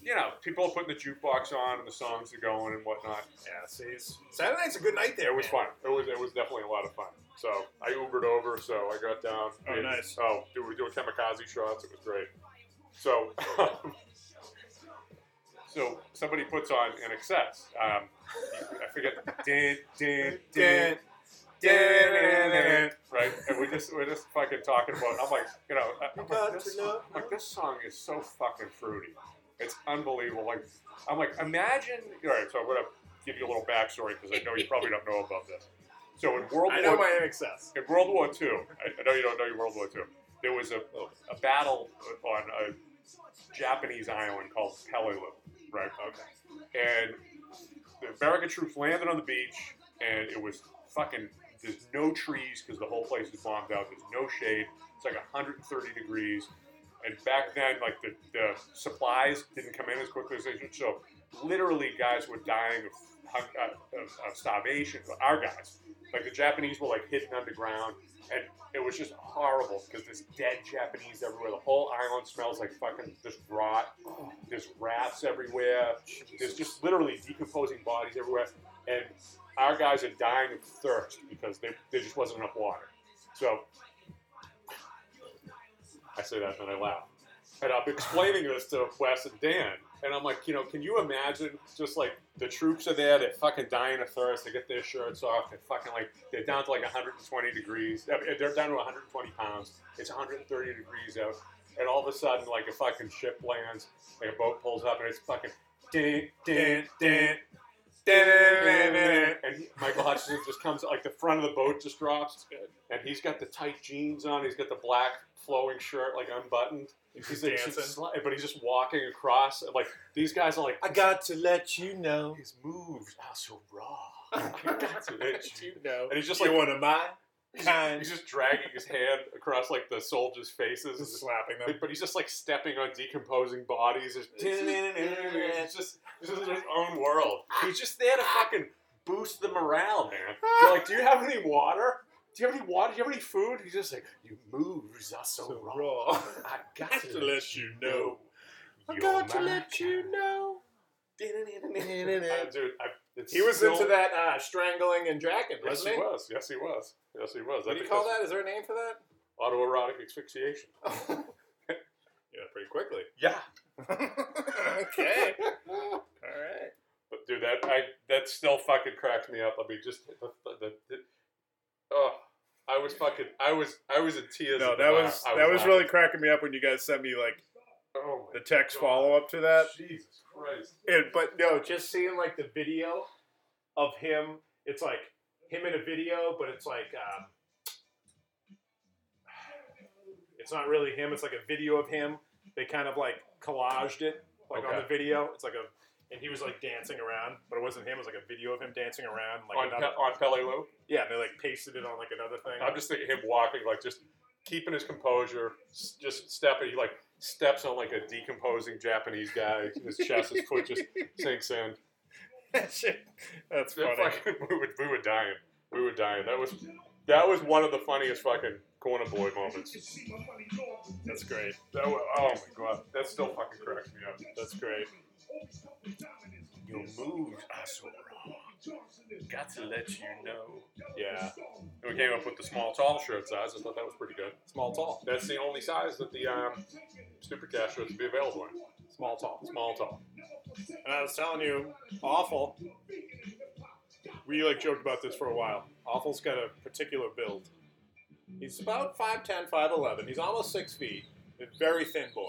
D: you know, people are putting the jukebox on and the songs are going and whatnot.
C: Yeah, see, it's- Saturday night's a good night there.
D: It was
C: man.
D: fun. It was it was definitely a lot of fun. So I Ubered over, so I got down.
C: Oh,
D: and-
C: nice.
D: Oh, dude, we were doing kamikaze shots. It was great. So, so somebody puts on an excess. Um, I forget. Din, din, din, din, din, din, right? And we just we're just fucking talking about. I'm like, you know, I'm like, this, song, I'm like, this song is so fucking fruity. It's unbelievable. Like, I'm like, imagine. All right, so I'm gonna give you a little backstory because I know you probably don't know about this. So in World
C: I
D: War
C: know my excess.
D: in World War II, I, I know you don't know your World War II. There was a, a battle on a Japanese island called Peleliu, right? Okay. And the American troops landed on the beach, and it was fucking. There's no trees because the whole place is bombed out. There's no shade. It's like 130 degrees. And back then, like the, the supplies didn't come in as quickly as they should. So literally, guys were dying of, hun- uh, of, of starvation. Our guys, like the Japanese, were like hidden underground, and it was just horrible because there's dead Japanese everywhere. The whole island smells like fucking just rot. There's rats everywhere. There's just literally decomposing bodies everywhere, and our guys are dying of thirst because they, there just wasn't enough water. So I say that, and then I laugh. And I'm explaining this to Wes and Dan, and I'm like, you know, can you imagine just like the troops are there, they're fucking dying of thirst, they get their shirts off, they're fucking like, they're down to like 120 degrees, I mean, they're down to 120 pounds, it's 130 degrees out, and all of a sudden, like a fucking ship lands, like a boat pulls up, and it's fucking dun, dun, dun, dun, dun, dun, and he- Michael Hutchinson just comes, like the front of the boat just drops, and he's got the tight jeans on, he's got the black flowing shirt, like unbuttoned. He's like,
C: dancing.
D: just sli- but he's just walking across. Like these guys are like,
C: I got to let you know.
D: his moves are so raw. I got to let you-
C: You know.
D: And he's just
C: You're
D: like-
C: one of my kind.
D: He's just dragging his hand across like the soldiers' faces,
C: Just slapping them.
D: but he's just like stepping on decomposing bodies. It's it's just this is his own world. He's just there to fucking boost the morale, man. They're like, do you have any water? Do you have any water? Do you have any food? He's just like, your moves are so,
C: So
D: raw.
C: raw.
D: I got
C: Got to let you know.
D: You're my kind."
C: know.
D: Uh, dude, I, it's
C: He was
D: still-
C: into that uh, strangling and dragon,
D: Yes,
C: wasn't
D: he
C: he?
D: was. Yes, he was. Yes, he was. I
C: What do you
D: think
C: call
D: that's
C: that? Is there a name for that?
D: Autoerotic asphyxiation.
C: yeah, pretty quickly.
D: Yeah,
C: okay. All right.
D: but dude, that I that still fucking cracks me up. I mean, just the, the, the, oh, I was fucking, I was, I was in tears.
C: No,
D: at the
C: that
D: bar.
C: was
D: I
C: that was
D: laughing.
C: really cracking me up when you guys sent me like
D: Oh my
C: the text
D: God.
C: follow up to that.
D: Jesus Christ.
C: And but no, just seeing like the video of him. It's like him in a video, but it's like um, It's not really him. It's like a video of him. They kind of like collaged it, like on
D: Okay.
C: the video. It's like a, and he was like dancing around, but it wasn't him. It was like a video of him dancing around, like
D: on,
C: another,
D: Pe- on Pele Lou.
C: yeah. They like pasted it on like another thing.
D: I'm just thinking him walking, like just keeping his composure, s- just stepping. He like steps on like a decomposing Japanese guy. His chest, his foot just sinks in.
C: That shit- That's
D: That
C: funny.
D: fucking, we, were, we were dying. We were dying. That was that was one of the funniest fucking corner boy moments.
C: That's great.
D: That was, oh my god, that still fucking cracks me up.
C: That's great.
D: Your moves are so wrong. Got to let you know.
C: Yeah.
D: And we came up with the small tall shirt size. I thought that was pretty good.
C: Small tall.
D: That's the only size that the um, super cash shirts would be available in.
C: Small tall.
D: Small tall.
C: And I was telling you, awful. We like joked about this for a while. Awful's got a particular build. He's about 5'10", 5'11". He's almost six feet. A very thin boy.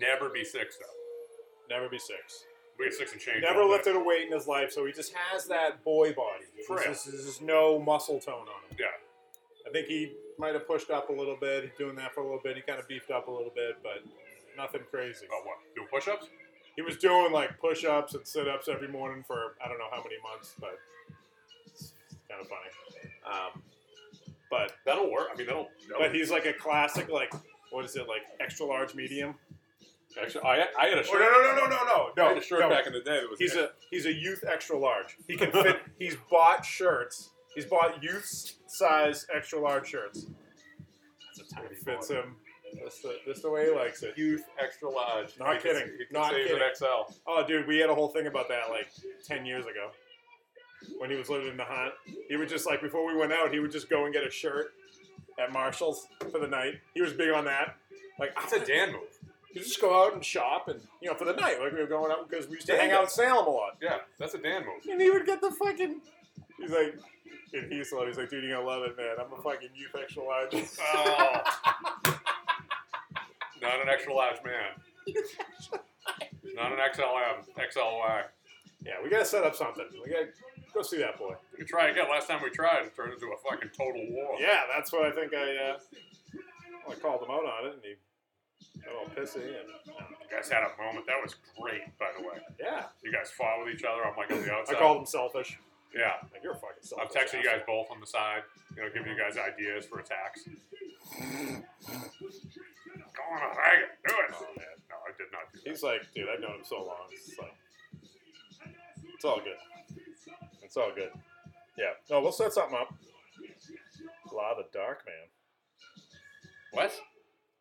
D: Never be six though.
C: Never be six.
D: We had six and change.
C: Never
D: all day.
C: lifted a weight in his life, so he just has that boy body. There's
D: Frail.
C: just, there's just no muscle tone on him.
D: Yeah.
C: I think he might have pushed up a little bit, doing that for a little bit. He kind of beefed up a little bit, but nothing crazy.
D: Oh what? Do push-ups?
C: He was doing like push ups and sit ups every morning for I don't know how many months, but it's kind of funny. Um, but
D: That'll work. I mean, that'll. that'll
C: but he's like a classic, like what is it, like extra large medium?
D: Actually, I, I had a shirt.
C: Oh, no, no, no,
D: I had a shirt back in the day that was.
C: He's a he's a youth extra large. He can fit. he's bought shirts. He's bought youth size extra large shirts.
D: That's a tiny
C: It fits
D: boy.
C: him. That's the that's the way he likes it.
D: Youth extra large.
C: Not
D: He can-
C: kidding.
D: He can
C: Not
D: save
C: kidding.
D: an XL.
C: Oh, dude, we had a whole thing about that like 10 years ago when he was living in the hunt. He would just, like, before we went out, he would just go and get a shirt at Marshall's for the night. He was big on that. Like, I
D: That's a
C: said,
D: Dan move.
C: you just go out and shop and, you know, for the night. Like, we were going out because we used to
D: Yeah,
C: hang
D: yeah.
C: out in Salem a lot.
D: Yeah, that's a Dan move.
C: And he would get the fucking. He's like, and he's like, he's like, dude, you're gonna love it, man. I'm a fucking youth extra large.
D: Oh. Not an extra large man. Not an XLM. XLY.
C: yeah, we gotta set up something. We gotta go see that boy.
D: We try again. Last time we tried, it turned into a fucking total war.
C: Yeah, that's what I think I. Uh, I called him out on it, and he got all pissy. And
D: You guys had a moment. That was great, by the way.
C: yeah,
D: You guys fought with each other. I'm like on the
C: I
D: outside.
C: called him selfish.
D: Yeah.
C: Like you're a fucking selfish.
D: I'm texting you guys
C: asshole.
D: both on the side, you know, giving you guys ideas for attacks. Go on, hang it, do it.
C: Oh, man.
D: No, I did not do that.
C: He's like, dude, I've known him so long. It's like, it's all good. It's all good. Yeah. No, we'll set something up. La the Dark Man.
D: What?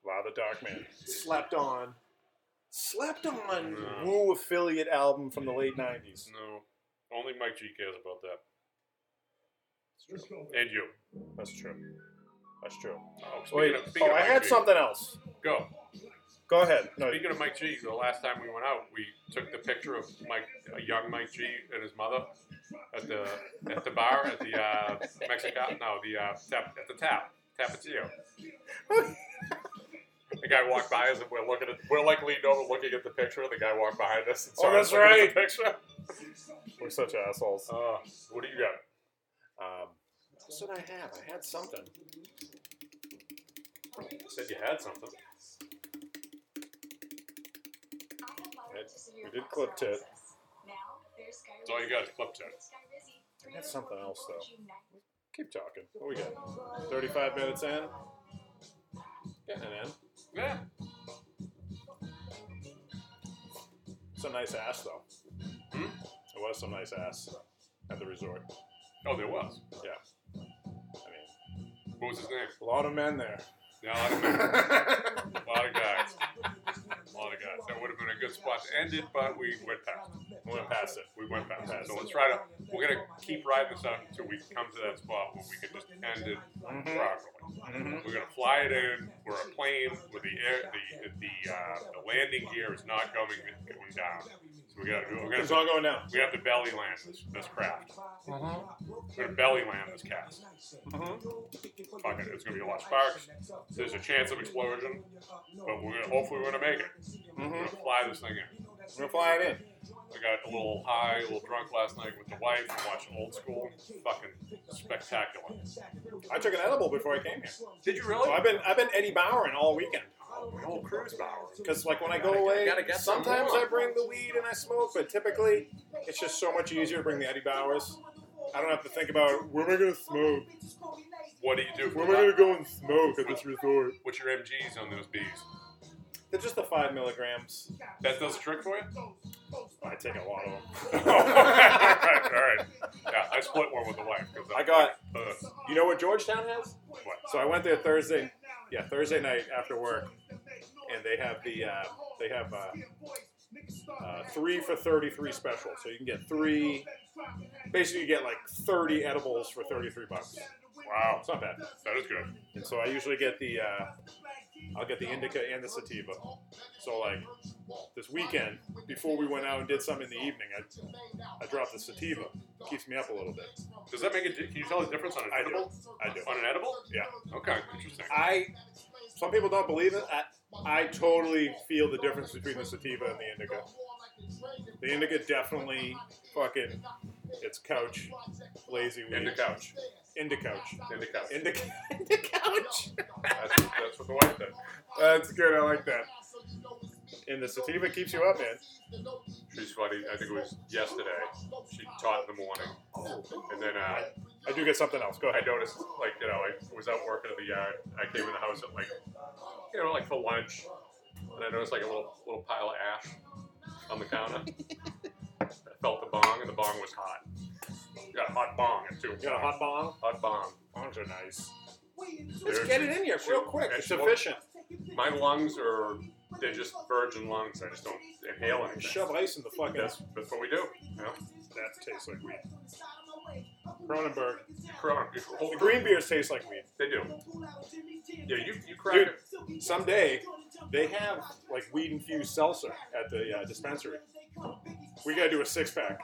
C: La the Dark Man. Slept on. Slept on.
D: Yeah.
C: Woo affiliate album from the late '90s.
D: No, only Mike G cares about that. And you.
C: That's true. That's true.
D: Oh, speaking
C: Wait.
D: of, speaking
C: Oh,
D: of
C: I
D: Mike
C: had
D: G,
C: something else.
D: Go.
C: Go ahead. No,
D: Speaking of Mike G, the last time we went out, we took the picture of Mike, a young Mike G, and his mother at the at the bar at the uh, Mexican. No, the uh, tap, at the tap tapatio. The guy walked by us, and we're looking at we're like leaned over looking at the picture. The guy walked behind us. And saw
C: Oh, that's
D: us looking at
C: right.
D: The picture.
C: We're such assholes.
D: Uh, what do you got?
C: Um, what did I have? I had something.
D: You said you had something.
C: we did clip tit.
E: That's all you got is clip tit.
C: I had something else, though. Keep talking. What we got? 35 minutes in. Getting it in.
D: Yeah.
C: Some nice ass, though.
D: Hmm?
C: It was some nice ass at the resort.
D: Oh, there was.
C: Yeah. I mean,
D: What was his name?
C: a lot of men there.
D: No, I don't remember.
C: yeah,
D: A lot of guys. A lot of guys. That would have been a good spot to end it, but we went past. it. We went past it. We went past it. So let's try to. We're gonna keep riding this out until we come to that spot where we can just end it
C: Mm-hmm.
D: properly. We're gonna fly it in. We're a plane where the air, the the uh, the landing gear is not going going down. So we gotta do. We're
C: It's all
D: gonna.
C: going down.
D: We have to belly land this, this craft. We're gonna belly land this cast. Fuck it, it's gonna be a lot of sparks. There's a chance of explosion, but we're gonna hopefully we're gonna make it. We're gonna fly this thing in.
C: Mm-hmm. We're flying in.
D: I got a little high, a little drunk last night with the wife. and watched old school. Fucking spectacular.
C: I took an edible before I came here.
D: Did you really? Oh,
C: So I've been I've been Eddie Bowering all weekend.
D: whole cruise Bauer.
C: Because like when I go
D: Gotta-
C: away,
D: gotta get some
C: sometimes
D: more.
C: I bring the weed and I smoke, but typically it's just so much easier to bring the Eddie Bowers. I don't have to think about where am I gonna smoke,
D: What do you do?
C: where am I gonna go and smoke at this resort.
D: What's your MGs on those bees?
C: They're just the five milligrams.
D: That does the trick for you?
C: I take a lot of
D: all
C: them.
D: right, all right. Yeah, I split one with the wife. 'cause
C: I got.
D: uh,
C: You know what Georgetown has?
D: What?
C: So I went there Thursday. Yeah, Thursday night after work, and they have the uh, they have uh, uh, three for thirty three special. So you can get three. Basically, you get like thirty edibles for thirty three bucks.
D: wow,
C: It's not bad.
D: that is good.
C: And so I usually get the uh, I'll get the indica and the sativa. So like this weekend, before we went out and did some in the evening, I I dropped the sativa. Keeps me up a little bit.
D: Does that make a? di- Can you tell the difference on an
C: I do.
D: edible?
C: I do.
D: On an edible?
C: Yeah.
D: Okay, interesting.
C: I some people don't believe it. I, I totally feel the difference between the sativa and the indica. The indica definitely fucking it's couch lazy weed.
D: Indica couch.
C: Indica couch.
D: Indica couch.
C: Indica Indica couch.
D: That's, that's what the wife did.
C: That's good. I like that. And the sativa keeps you up, man.
D: She's funny. I think it was yesterday. She taught in the morning, and then uh,
C: I do get something else. Go
D: I
C: ahead.
D: noticed, like, you know, I was out working in the yard. I came in the house at like, you know, like for lunch, and I noticed like a little little pile of ash on the counter. I felt the bong, and the bong was hot. You got a hot bong at two.
C: You got a hot bomb?
D: hot bong.
C: Bongs are nice.
D: Let's get it in here real quick.
C: It's efficient.
D: My lungs are they're just virgin lungs. I just don't inhale anything.
C: Shove ice in the fucking.
D: That's that's what we do. You know,
C: That tastes like weed. Cronenberg.
D: Corona. you-
C: The green beers taste like weed.
D: They do. Yeah, you you crack
C: Dude,
D: it.
C: someday they have like weed infused seltzer at the uh, dispensary. We gotta do a six pack.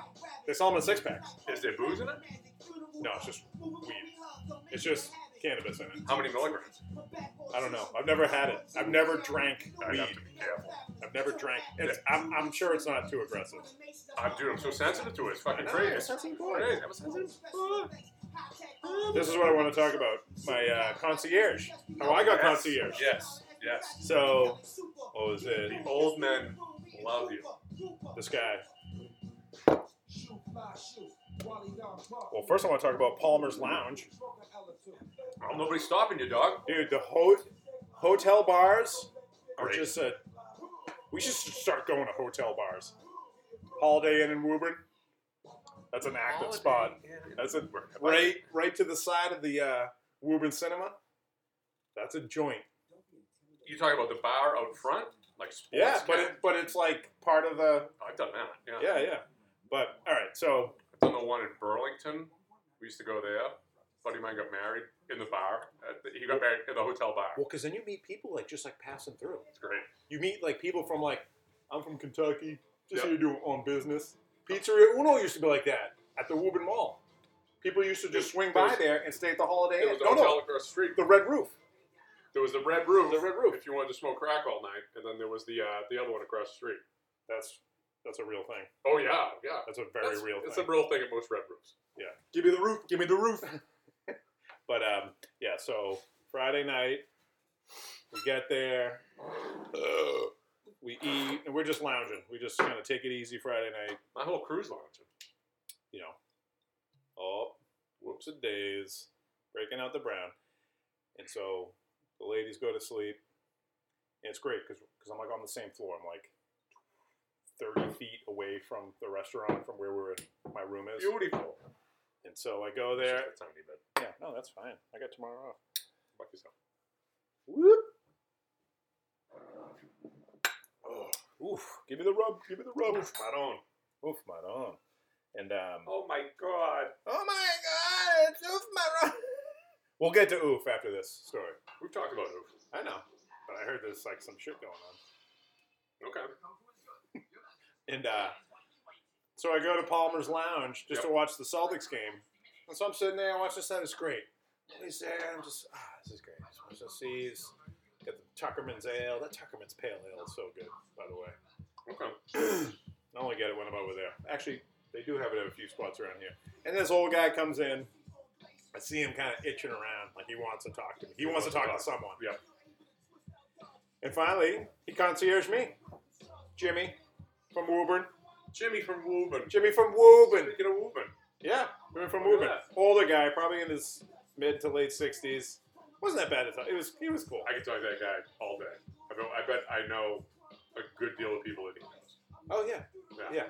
C: They sell them in six packs.
D: Is there booze in it?
C: No, it's just weed. It's just cannabis in it.
D: How many milligrams?
C: I don't know. I've never had it. I've never drank
D: I'd
C: weed.
D: have to be careful.
C: I've never drank. It's, I'm, I'm sure it's not too aggressive.
D: I'm dude. I'm so sensitive to it. It's fucking
C: I know,
D: crazy.
C: you're a sensitive boy.
D: Crazy. I'm a sensitive boy.
C: This is what I want to talk about. My uh, concierge. How I got concierge.
D: Yes. Yes.
C: So, what was it?
D: The old men love you.
C: This guy. Well, first I want to talk about Palmer's Lounge.
D: Well, nobody's stopping you, dog.
C: Dude, the ho- hotel bars are
D: Great.
C: just a. We should start going to hotel bars. Holiday Inn in Woburn. That's an active spot. That's a right, right to the side of the uh, Woburn Cinema. That's a joint.
D: You talking about the bar out front, like sports?
C: Yeah, but
D: camp?
C: it, but it's like part of the.
D: I've done that. Yeah.
C: Yeah, yeah. But all right, so
D: I've done the one in Burlington. We used to go there. buddy of mine got married in the bar. At the, he got married in the hotel bar.
C: well, because then you meet people like just like passing through.
D: It's great.
C: You meet like people from like, I'm from Kentucky.
D: Yep.
C: Just how you doing on business. Pizzeria Uno used to be like that at the Woburn Mall. People used to just swing by
D: There's-
C: there and stay at the Holiday
D: It
C: Inn.
D: was a
C: No,
D: hotel
C: no,
D: across the street.
C: the Red Roof.
D: There was the Red Roof.
C: The Red Roof.
D: If you wanted to smoke crack all night, and then there was the uh, the other one across the street.
C: That's that's a real thing.
D: Oh yeah, yeah.
C: That's a very
D: That's-
C: real
D: It's
C: thing.
D: a real thing at most Red Roofs.
C: yeah. Give me the roof. Give me the roof. but um, yeah. So Friday night, we get there. we eat and we're just lounging. We just kind of take it easy Friday night.
D: My whole cruise launch.
C: you know, oh, whoops a days, breaking out the brown. And so the ladies go to sleep. And it's great because I'm like on the same floor. I'm like 30 feet away from the restaurant from where we were, my room is.
D: Beautiful.
C: And so I go
D: It's
C: there.
D: just a tiny bit.
C: Yeah, no, that's fine. I got tomorrow off.
D: Fuck yourself.
C: Whoop. Oh, oof. Give me the rub. Give me the rub. Oof, my own. Oof, my own. And um,
D: Oh my god.
C: Oh my god, it's oof my ro- We'll get to oof after this story.
D: We've talked about it.
C: I know, but I heard there's like some shit going on.
D: Okay.
C: And uh, so I go to Palmer's Lounge just to watch the Celtics game. And so I'm sitting there, I watch this, and it's great. And he's there, I'm just, ah, this is great. I just watch the seas. Got the Tuckerman's Ale. That Tuckerman's Pale Ale is so good, by the way.
D: Okay.
C: I only get it when I'm over there. Actually, they do have it at a few spots around here. And this old guy comes in, I see him kind of itching around, like he wants to talk to me. He wants to talk to someone.
D: Yeah.
C: And finally, he concierge me, Jimmy from Woburn.
D: Jimmy from Woburn.
C: Jimmy from Woburn.
D: Get a Woburn.
C: Yeah, Jimmy from
D: Look at
C: Woburn.
D: that.
C: Older guy, probably in his mid to late sixties. Wasn't that bad at all. It was. He was cool.
D: I could talk to that guy all day. I bet I, bet I know a good deal of people that he knows.
C: Oh yeah, yeah.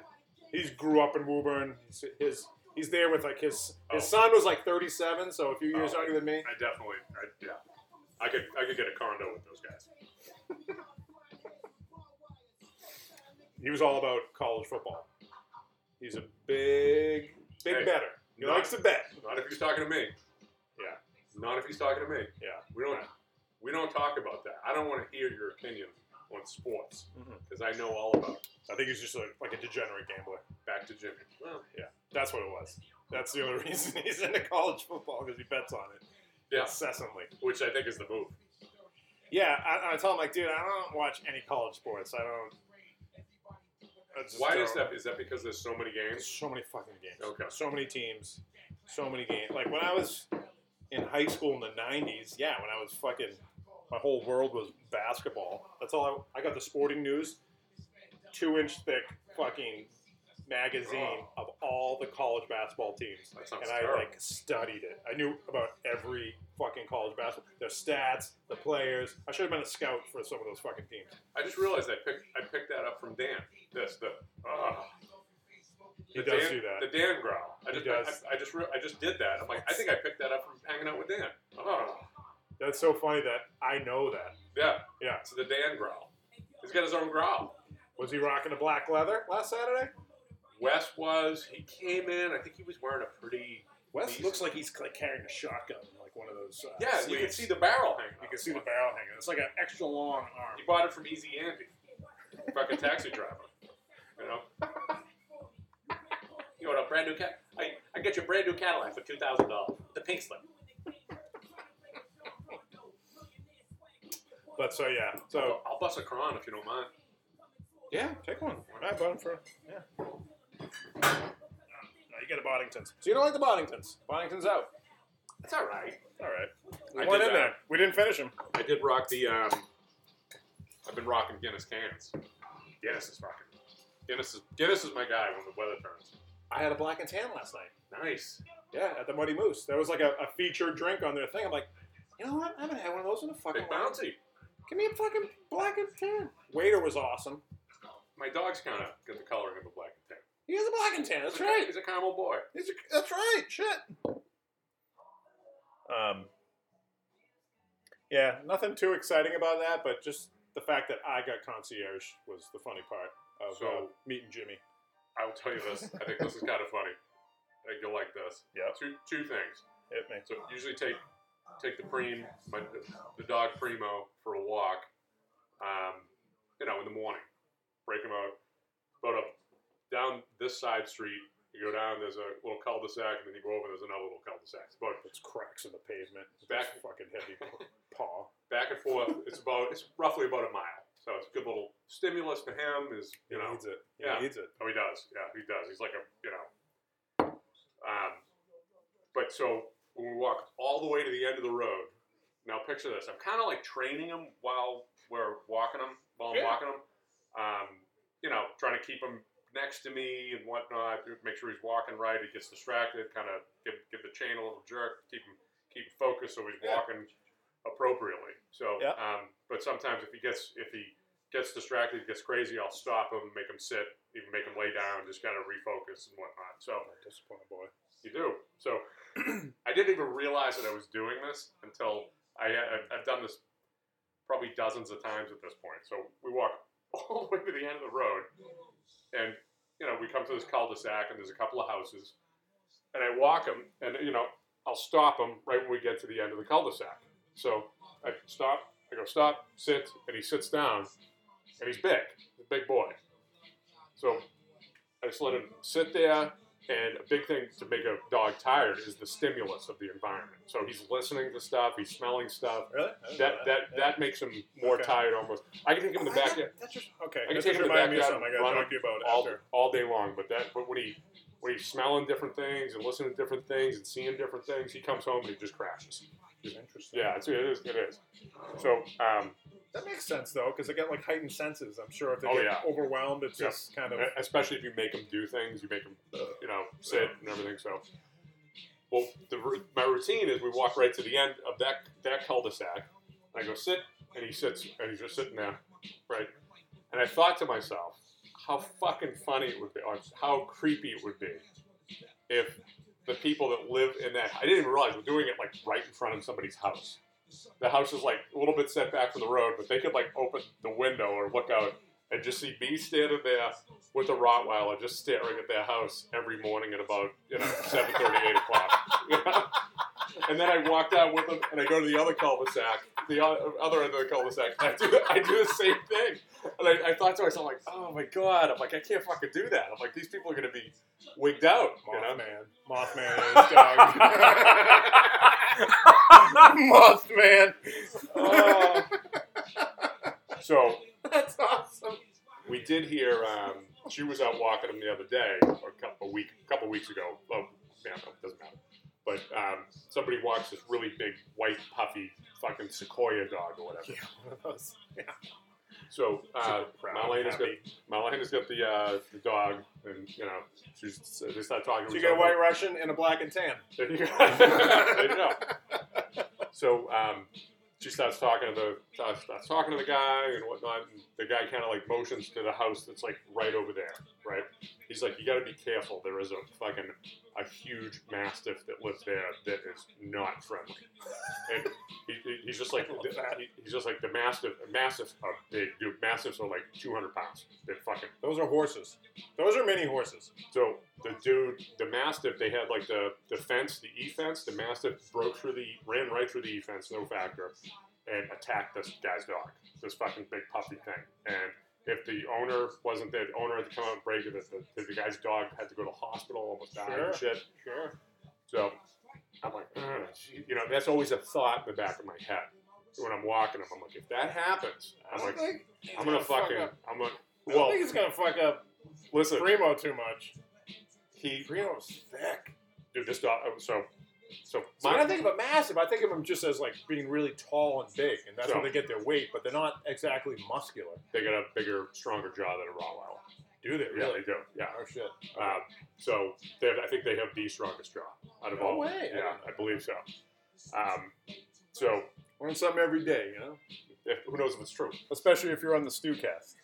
C: He's grew up in Woburn. He's, his he's there with like his
D: Oh.
C: his son was like thirty seven, so a few years
D: Oh.
C: younger than me.
D: I definitely, I, yeah. I could, I could get a condo with those guys.
C: He was all about college football. He's a big big
D: Hey,
C: better. He
D: not-
C: likes to bet.
D: Not if he's talking to me.
C: Yeah.
D: Not if he's talking to me.
C: Yeah.
D: We don't, we don't talk about that. I don't want to hear your opinion on sports
C: Mhm.
D: because I know all about it.
C: I think he's just a, like a degenerate gambler.
D: Back to Jimmy. Well,
C: That's what it was. That's the only reason he's into college football because he bets on it
D: yeah,
C: incessantly.
D: which I think is the move.
C: Yeah, I, I tell him like, dude, I don't watch any college sports. I don't. I just
D: Why is
C: don't.
D: that? Is that because there's so many
C: There's
D: games?
C: so many fucking games.
D: Okay.
C: So many teams. So many games. Like when I was in high school in the '90s, yeah, when I was fucking, my whole world was basketball. That's all I. I got the sporting news, two-inch thick fucking magazine of all the college basketball teams,
D: That sounds
C: and I
D: terrible.
C: like studied it. I knew about every fucking college basketball, their stats, the players. I should have been a scout for some of those fucking teams.
D: I just realized I picked I picked that up from Dan. This the ah.
C: He
D: the
C: does
D: Dan,
C: do that.
D: The Dan growl. I
C: He
D: just
C: does.
D: I, I just re- I just did that. I'm like I think I picked that up from hanging out with Dan. Oh
C: That's so funny that I know that.
D: yeah,
C: Yeah.
D: it's the Dan growl. He's got his own growl.
C: Was he rocking the black leather last Saturday?
D: Wes was he came in. I think he was wearing a pretty
C: Wes
D: He's-
C: looks like he's like carrying a shotgun, like one of those. Uh,
D: yeah. You can
C: sleeves.
D: see the barrel hanging.
C: You
D: out.
C: can see the barrel hanging. It's like an extra long arm.
D: He bought it from Easy Andy, fucking taxi driver. You know. you want a brand new cat? I I get you a brand new Cadillac for two thousand dollars. The pink slip.
C: But so yeah, so
D: I'll bust a cron if you don't mind.
C: yeah, take one. I bought him for yeah. No, you get a Boddingtons. So you don't like the Boddingtons? Boddingtons out.
D: That's all right.
C: All right.
D: I
C: We went
D: did that.
C: in there. We didn't finish him.
D: I did rock the. Um, I've been rocking Guinness cans. Guinness is rocking. Guinness is Guinness is my guy when the weather turns.
C: I had a black and tan last night.
D: Nice.
C: Yeah, at the Muddy Moose. That was like a, a featured drink on their thing. I'm like, you know what? I haven't had one of those in a fucking
D: Big
C: while.
D: bouncy.
C: Give me a fucking black and tan. Waiter was awesome.
D: My dog's kind of got the coloring of a black and tan.
C: He has a black and tan. That's right.
D: He's a caramel boy.
C: He's a, that's right. Shit. Um. Yeah, nothing too exciting about that, but just the fact that I got concierge was the funny part of uh,
D: So-
C: meeting Jimmy.
D: I will tell you this. I think this is kind of funny. I think you'll like this.
C: Yep.
D: Two two things.
C: It makes
D: So usually take take the preem, my, the dog primo for a walk. Um, you know, in the morning, break him out. But up down this side street, you go down. There's a little cul-de-sac, and then you go over. There's another little cul-de-sac. It's about
C: it's cracks in the pavement. It's
D: Back-
C: fucking heavy paw.
D: back and forth. It's about it's roughly about a mile. So it's a good little stimulus to him. Is
C: He
D: you know
C: needs it. He
D: yeah.
C: needs it.
D: Oh, he does. Yeah, he does. He's like a, you know. Um, but so when we walk all the way to the end of the road, now picture this. I'm kind of like training him while we're walking him, while I'm
C: Yeah.
D: walking him. Um, you know, trying to keep him next to me and whatnot, make sure he's walking right. He gets distracted, kind of give, give the chain a little jerk, keep him keep him focused so he's
C: Yeah.
D: walking appropriately. So,
C: Yeah.
D: um, but sometimes if he gets if he gets distracted, gets crazy, I'll stop him, make him sit, even make him lay down, just kind of refocus and whatnot. So
C: I'm a disappointed boy.
D: you do. So I didn't even realize that I was doing this until I, I I've done this probably dozens of times at this point. So we walk all the way to the end of the road, and you know we come to this cul-de-sac, and there's a couple of houses, and I walk him, and you know I'll stop him right when we get to the end of the cul-de-sac. So I stop, I go stop, sit, and he sits down, and he's big, he's a big boy. So I just let him sit there, and a big thing to make a dog tired is the stimulus of the environment. So he's listening to stuff, he's smelling stuff.
C: Really?
D: That that that makes him more
C: Okay.
D: tired almost. I can take him in the back
C: That's just okay.
D: I can
C: that
D: take
C: just
D: him to
C: reminded me of
D: backyard
C: something I
D: and
C: gotta
D: run
C: talk to you about
D: all,
C: after.
D: all day long, but that but when he where he's smelling different things and listening to different things and seeing different things. He comes home and he just crashes.
C: Interesting.
D: Yeah, it's, it is. It is. So, um,
C: That makes sense though, because they get like heightened senses. I'm sure if they
D: Oh,
C: get
D: yeah.
C: overwhelmed, it's
D: Yeah.
C: just kind of.
D: e- especially if you make him do things, you make him, you know, sit and everything. So, well, the, ru- my routine is we walk right to the end of that that cul-de-sac. I go sit, and he sits, and he's just sitting there, right. And I thought to myself, how fucking funny it would be, or how creepy it would be, if the people that live in that I didn't even realize we're doing it like right in front of somebody's house. The house is like a little bit set back from the road, but they could like open the window or look out and just see me standing there with a Rottweiler just staring at their house every morning at about you know seven thirty, eight o'clock. and then I walk down with them, and I go to the other cul-de-sac, the o- other end of the cul-de-sac. And I do I do the same thing, and I, I thought to myself like, oh my god, I'm like I can't fucking do that. I'm like these people are gonna be wigged out, you know.
C: Mothman. Mothman and his dog. Mothman.
D: Uh, so
C: That's awesome.
D: we did hear um, she was out walking him the other day, or a couple a week, a couple weeks ago. Oh, yeah, no, it doesn't matter. But um, somebody walks this really big, white, puffy, fucking sequoia dog or whatever. So uh,
C: Proud,
D: Marlena's got
C: happy.
D: Marlena's got the uh, the dog, and you know she's they start talking. to
C: So you
D: each
C: got a
D: other.
C: white Russian and a black and tan.
D: There you go. there you go. So um, she starts talking to the starts, starts talking to the guy and whatnot. And the guy kind of like motions to the house that's like right over there, right? He's like, you got to be careful. There is a fucking a huge mastiff that lives there that is not friendly. And he, he- he's just like he- he's just like the uh, mastiff. Mastiffs are big, dude. Mastiffs are like 200 pounds. They're fucking
C: Those are horses. Those are mini horses.
D: so the dude, the mastiff, they had like the, the fence, the e fence. The mastiff broke through the, ran right through the e fence, no factor, and attacked this guy's dog, this fucking big puffy thing. And if the owner wasn't there, the owner had to come out and break it. The, the, the guy's dog had to go to hospital, almost died and shit.
C: Sure.
D: So I'm like, "Ugh, gee," you know, that's always a thought in the back of my head when I'm walking them. I'm like, if that happens, I'm like,
C: think
D: I'm gonna
C: it's fuck
D: fucking,
C: up.
D: I'm gonna,
C: I don't
D: well,
C: think he's gonna fuck up
D: listen,
C: Primo too much.
D: he,
C: Primo's thick.
D: dude, this dog, so. So,
C: So when I think of a massive, I think of them just as like being really tall and big, and that's
D: So-
C: where they get their weight. But they're not exactly muscular.
D: they got a bigger, stronger jaw than a Rottweiler.
C: Do they
D: Yeah, they do. Yeah.
C: Oh shit.
D: Um, so they have, I think they have the strongest jaw out of
C: No
D: all.
C: way.
D: Yeah, I believe so. Um, so
C: Learn something every day, you know.
D: if, who knows if it's true?
C: Especially if you're on the Stewcast.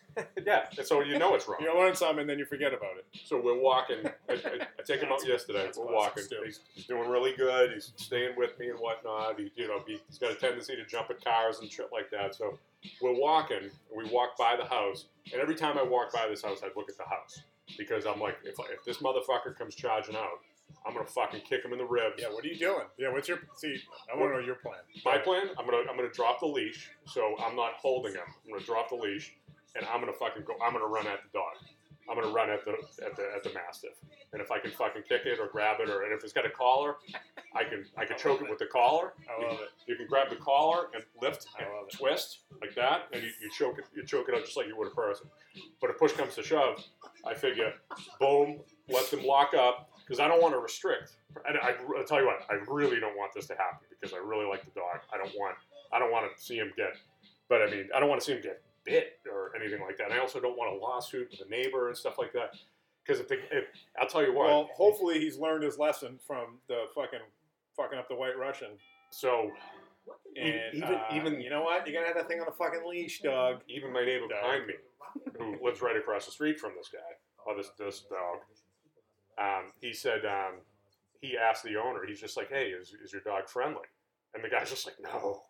D: yeah. and So you know it's wrong.
C: You learn something and then you forget about it.
D: So we're walking. I, I, I take him out yesterday.
C: that's
D: We're
C: classic
D: walking.
C: Stu.
D: He's, he's doing really good. He's staying with me and whatnot. He, you know, he, has got a tendency to jump at cars and shit like that. So we're walking. And we walk by the house, and every time I walk by this house, I look at the house because I'm like, if, if this motherfucker comes charging out, I'm gonna fucking kick him in the ribs.
C: Yeah. What are you doing? Yeah. What's your see? I want to know your plan.
D: My plan, I'm gonna I'm gonna drop the leash, so I'm not holding him. I'm gonna drop the leash, and I'm gonna fucking go. I'm gonna run at the dog. I'm gonna run at the at the at the mastiff, and if I can fucking kick it or grab it, or and if it's got a collar, I can I can choke it with the collar.
C: I love it.
D: You can grab the collar and lift
C: I
D: and
C: love it.
D: twist like that, and you, you choke it you choke it up just like you would a person. But if push comes to shove, I figure, boom, let them lock up because I don't want to restrict. And I, I tell you what, I really don't want this to happen because I really like the dog. I don't want I don't want to see him get. But I mean, I don't want to see him get bit or anything like that. And I also don't want a lawsuit with a neighbor and stuff like that. Because if, they- if I'll tell you what,
C: Well, hopefully he's learned his lesson from the fucking fucking up the White Russian.
D: so
C: And
D: E-, even
C: uh,
D: even
C: you know what? You're gonna have that thing on a fucking leash, dog.
D: even my neighbor
C: Dog.
D: behind me, who lives right across the street from this guy, or this this dog, um, he said um, he asked the owner. He's just like, "Hey, is, is your dog friendly?" And the guy's just like, "No,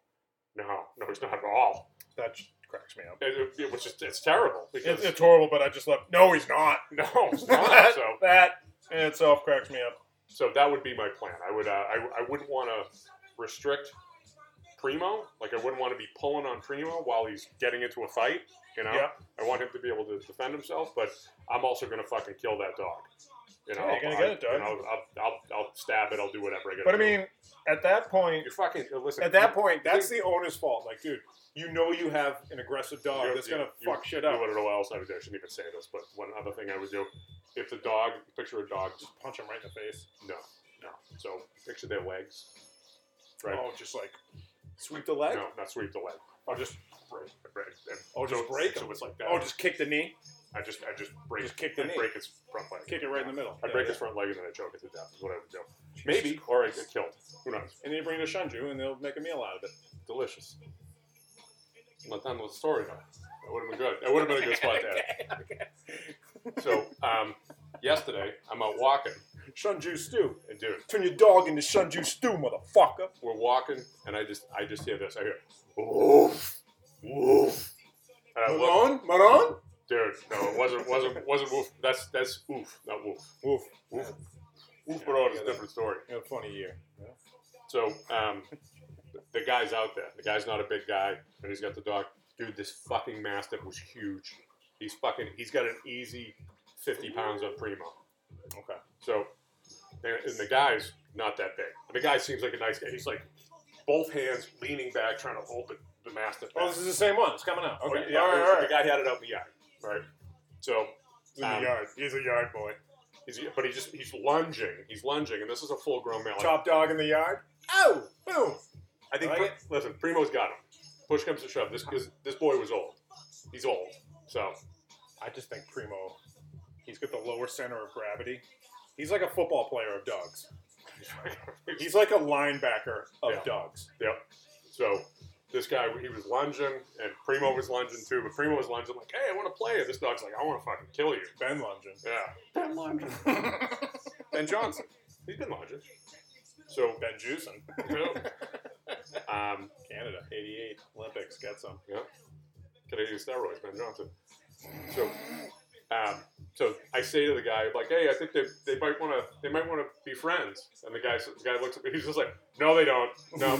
D: no, no, he's not at all."
C: That just cracks me up.
D: It, it, was just it's terrible
C: It's,
D: because
C: it's horrible, but I just love. No, he's not.
D: no, it's not. So
C: that in itself cracks me up.
D: so that would be my plan. I would uh, I, I wouldn't want to restrict Primo. Like I wouldn't want to be pulling on Primo while he's getting into a fight. You know,
C: Yep.
D: I want him to be able to defend himself, but I'm also gonna fucking kill that dog. You know,
C: Yeah, you're gonna
D: I,
C: get it, dog.
D: You know, I'll, I'll, I'll stab it. I'll do whatever I gotta
C: But I
D: do.
C: mean, at that point,
D: you're fucking listen.
C: at that point, that's the owner's fault. Like, dude, you know you have an aggressive dog Oh, that's gonna fuck shit up.
D: You want to know what else I would do? I shouldn't even say this, but one other thing I would do
C: If the dog, picture a dog, just punch him right in the face.
D: No,
C: No. So,
D: picture their legs. Right?
C: oh, just like sweep the leg.
D: No, not sweep the leg.
C: I'll just
D: Break, break, and-
C: Oh, just
D: so,
C: break
D: So
C: him.
D: it's like that.
C: oh, just kick the knee,
D: I just I just break
C: Just kick the
D: I
C: knee.
D: break his front leg.
C: kick it right in the middle.
D: I
C: Yeah,
D: break
C: yeah.
D: his front leg and then I choke it to death. Is what I would do. Maybe or I get killed. Who knows?
C: and then you bring it to Shunju, and they'll make a meal out of it.
D: Delicious. Not done with the story though. That would have been good. That would have been a good spot to end. so um, yesterday I'm out walking
C: Shunju stew.
D: and dude,
C: Turn your dog into Shunju stew, motherfucker.
D: we're walking and I just I just hear this. I hear woof woof. And I look,
C: Maron, Maron.
D: dude, no, it wasn't wasn't wasn't woof. That's that's oof, not woof.
C: Woof.
D: Woof, woof, but all is a different story.
C: You had a funny year. Yeah.
D: So um, the guy's out there. The guy's not a big guy, but he's got the dog. Dude, this fucking mastiff was huge. He's fucking. He's got an easy fifty pounds on primo.
C: Okay.
D: So and, and the guy's not that big. The guy seems like a nice guy. He's like both hands leaning back, trying to hold the, the mastiff. Back.
C: Oh, this is the same one. It's coming out.
D: Oh,
C: Okay.
D: yeah,
C: all right,
D: it was-
C: all right.
D: The guy had it out in the yard, right? So
C: He's in
D: um,
C: the yard. He's a yard boy.
D: he's, but he just he's lunging. He's lunging, and this is a full grown man. like-
C: Top dog in the yard. Oh, boom.
D: I think.
C: Like
D: Pri-
C: it?
D: listen, Primo's got him. Push comes to shove. This because this boy was old. He's old. So
C: I just think Primo, he's got the lower center of gravity. He's like a football player of dogs. He's like a linebacker of
D: Yeah.
C: dogs.
D: yep. So this guy he was lunging, and Primo was lunging too. But Primo was lunging like, "Hey, I want to play it." This dog's like, "I want to fucking kill you."
C: Ben Lungen.
D: Yeah. Ben lunging. ben Johnson. He's been lunging. So
C: Ben Juicing.
D: um,
C: Canada, 88. Olympics, get some.
D: Yeah. Canadian steroids, Ben Johnson. So, um, so I say to the guy, like, hey, I think they, they might want to they might want to be friends. And the guy the guy looks at me, he's just like, no, they don't. No,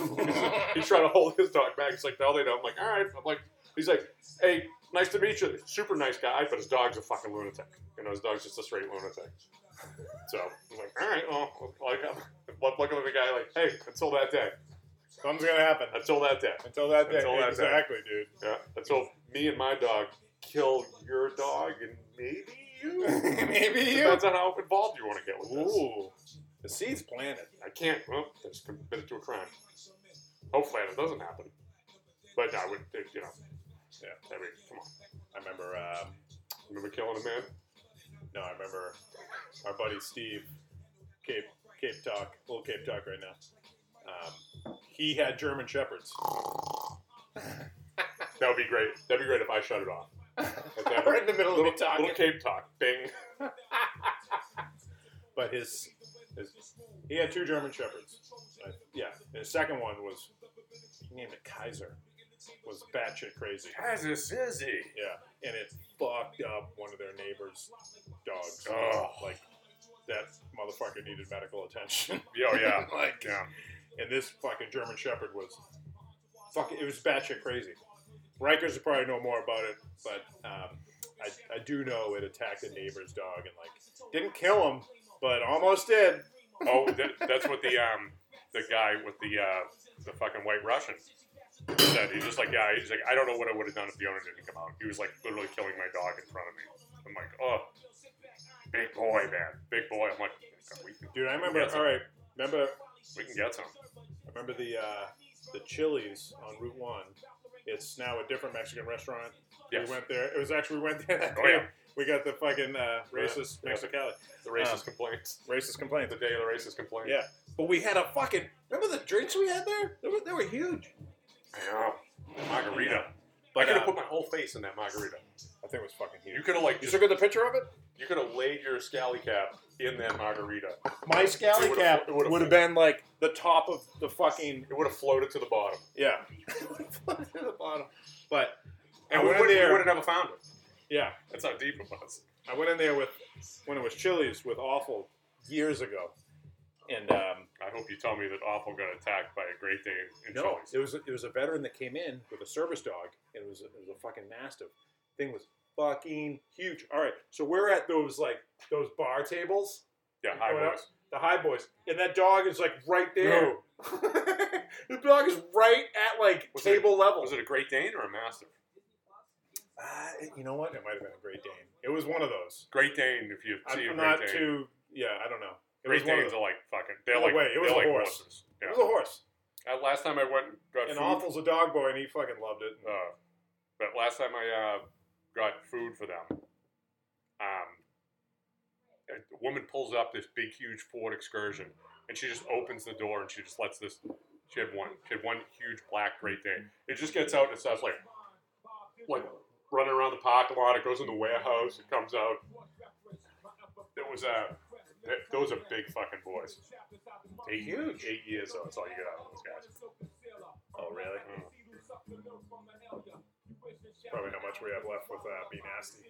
D: he's trying to hold his dog back. He's like, no, they don't. I'm like, all right. I'm like, he's like, hey, nice to meet you. Super nice guy, but his dog's a fucking lunatic. You know, his dog's just a straight lunatic. So I'm like, all right, well, like, I'm looking at the guy, like, hey, until that day,
C: Something's going to happen.
D: until that day.
C: Until that day.
D: Until that day.
C: exactly,
D: Yeah. Until me and my dog kill your dog and maybe you.
C: dude. Maybe you.
D: Depends on how involved you want to get with this.
C: Ooh. The seed's planted.
D: I can't. Well, that's committed to a crime. Hopefully that doesn't happen. But no, I would. think, You know.
C: Yeah.
D: I mean, come on.
C: I remember, um,
D: Remember killing a man?
C: no, I remember our buddy Steve, Cape, Cape Talk, little Cape Talk right now. Um, he had German Shepherds.
D: That would be great. That'd be great if I shut it off.
C: We're in the middle of
D: little,
C: me talking.
D: Little Cape talk. Bing.
C: but his, his he had two German shepherds. Uh, yeah, and the second one was he named it Kaiser. Was batshit crazy.
D: As a sizzy.
C: Yeah, and it fucked up one of their neighbors' dogs.
D: Oh.
C: Like that motherfucker needed medical attention.
D: Yeah, yeah.
C: like,
D: yeah.
C: and this fucking German Shepherd was fucking. It was batshit crazy. Rikers would probably know more about it, but um, I, I do know it attacked a neighbor's dog and like didn't kill him, but almost did.
D: Oh, that, that's what the um the guy with the uh the fucking white Russian said. He's just like, yeah, he's like, I don't know what I would have done if the owner didn't come out. He was like literally killing my dog in front of me. I'm like, oh, big boy, man, big boy. I'm like, we can,
C: Dude, I remember.
D: Yes.
C: All right, remember
D: we can get some.
C: I remember the uh, the Chili's on Route One. It's now a different Mexican restaurant.
D: Yes.
C: We went there. It was actually we went there. that
D: Oh,
C: day.
D: yeah.
C: We got the fucking uh, racist
D: Yeah.
C: Mexicali,
D: The racist
C: Um,
D: complaints.
C: racist complaint.
D: The day of the racist complaint.
C: Yeah, but we had a fucking. Remember the drinks we had there? They were, they were huge.
D: I know. The margarita. I
C: But
D: could have
C: uh,
D: put my whole face in that margarita.
C: I think it was fucking
D: You
C: huge.
D: could have like
C: You
D: just,
C: took a picture of it.
D: you could have laid your scally cap in that margarita.
C: My
D: It
C: scally
D: would've
C: cap
D: flo- it would've
C: would have been like the top of the fucking
D: It would have floated to the bottom,
C: yeah. Floated to the bottom. But I
D: and we
C: went in
D: wouldn't, we
C: there.
D: would have never found it.
C: yeah,
D: That's how deep it was.
C: I went in there with when it was Chili's with Awful years ago, and um,
D: I hope you tell me that Awful got attacked by a Great Dane in
C: no,
D: Chili's.
C: it was it was a veteran that came in with a service dog, and it was it was a fucking mastiff. Thing was fucking huge. All right, so we're at those like those bar tables,
D: Yeah, high
C: Going up?
D: boys.
C: the high boys, and that dog is like right there. the dog is right at like
D: Was it-
C: table level.
D: Was it a Great Dane or a Mastiff? Uh, you know what? It might have been a Great Dane. It was one of those.
C: Great Dane, if you see
D: I'm,
C: a
D: I'm
C: Great
D: not
C: Dane.
D: too. Yeah, I don't know. It
C: Great
D: was one of
C: Danes
D: those.
C: are like fucking. They're
D: No
C: like.
D: way, it was a
C: they're like
D: horse.
C: horses.
D: It
C: Yeah.
D: was a horse.
C: Uh, last time I went and got
D: And
C: food.
D: Awful's a Oh. dog boy, and he fucking loved it.
C: Uh, but last time I uh, got food for them, um, a woman pulls up this big, huge Ford Excursion, and she just opens the door and she just lets this. She had one. She had one huge black Great Dane. It just gets out and starts like, like running around the parking lot. It goes in the warehouse. It comes out. It was uh, th- those are big fucking boys. They huge. Eight years. So that's all you get out of those guys.
D: Oh, really?
C: Mm.
D: Probably not much we have left with uh, Be Nasty.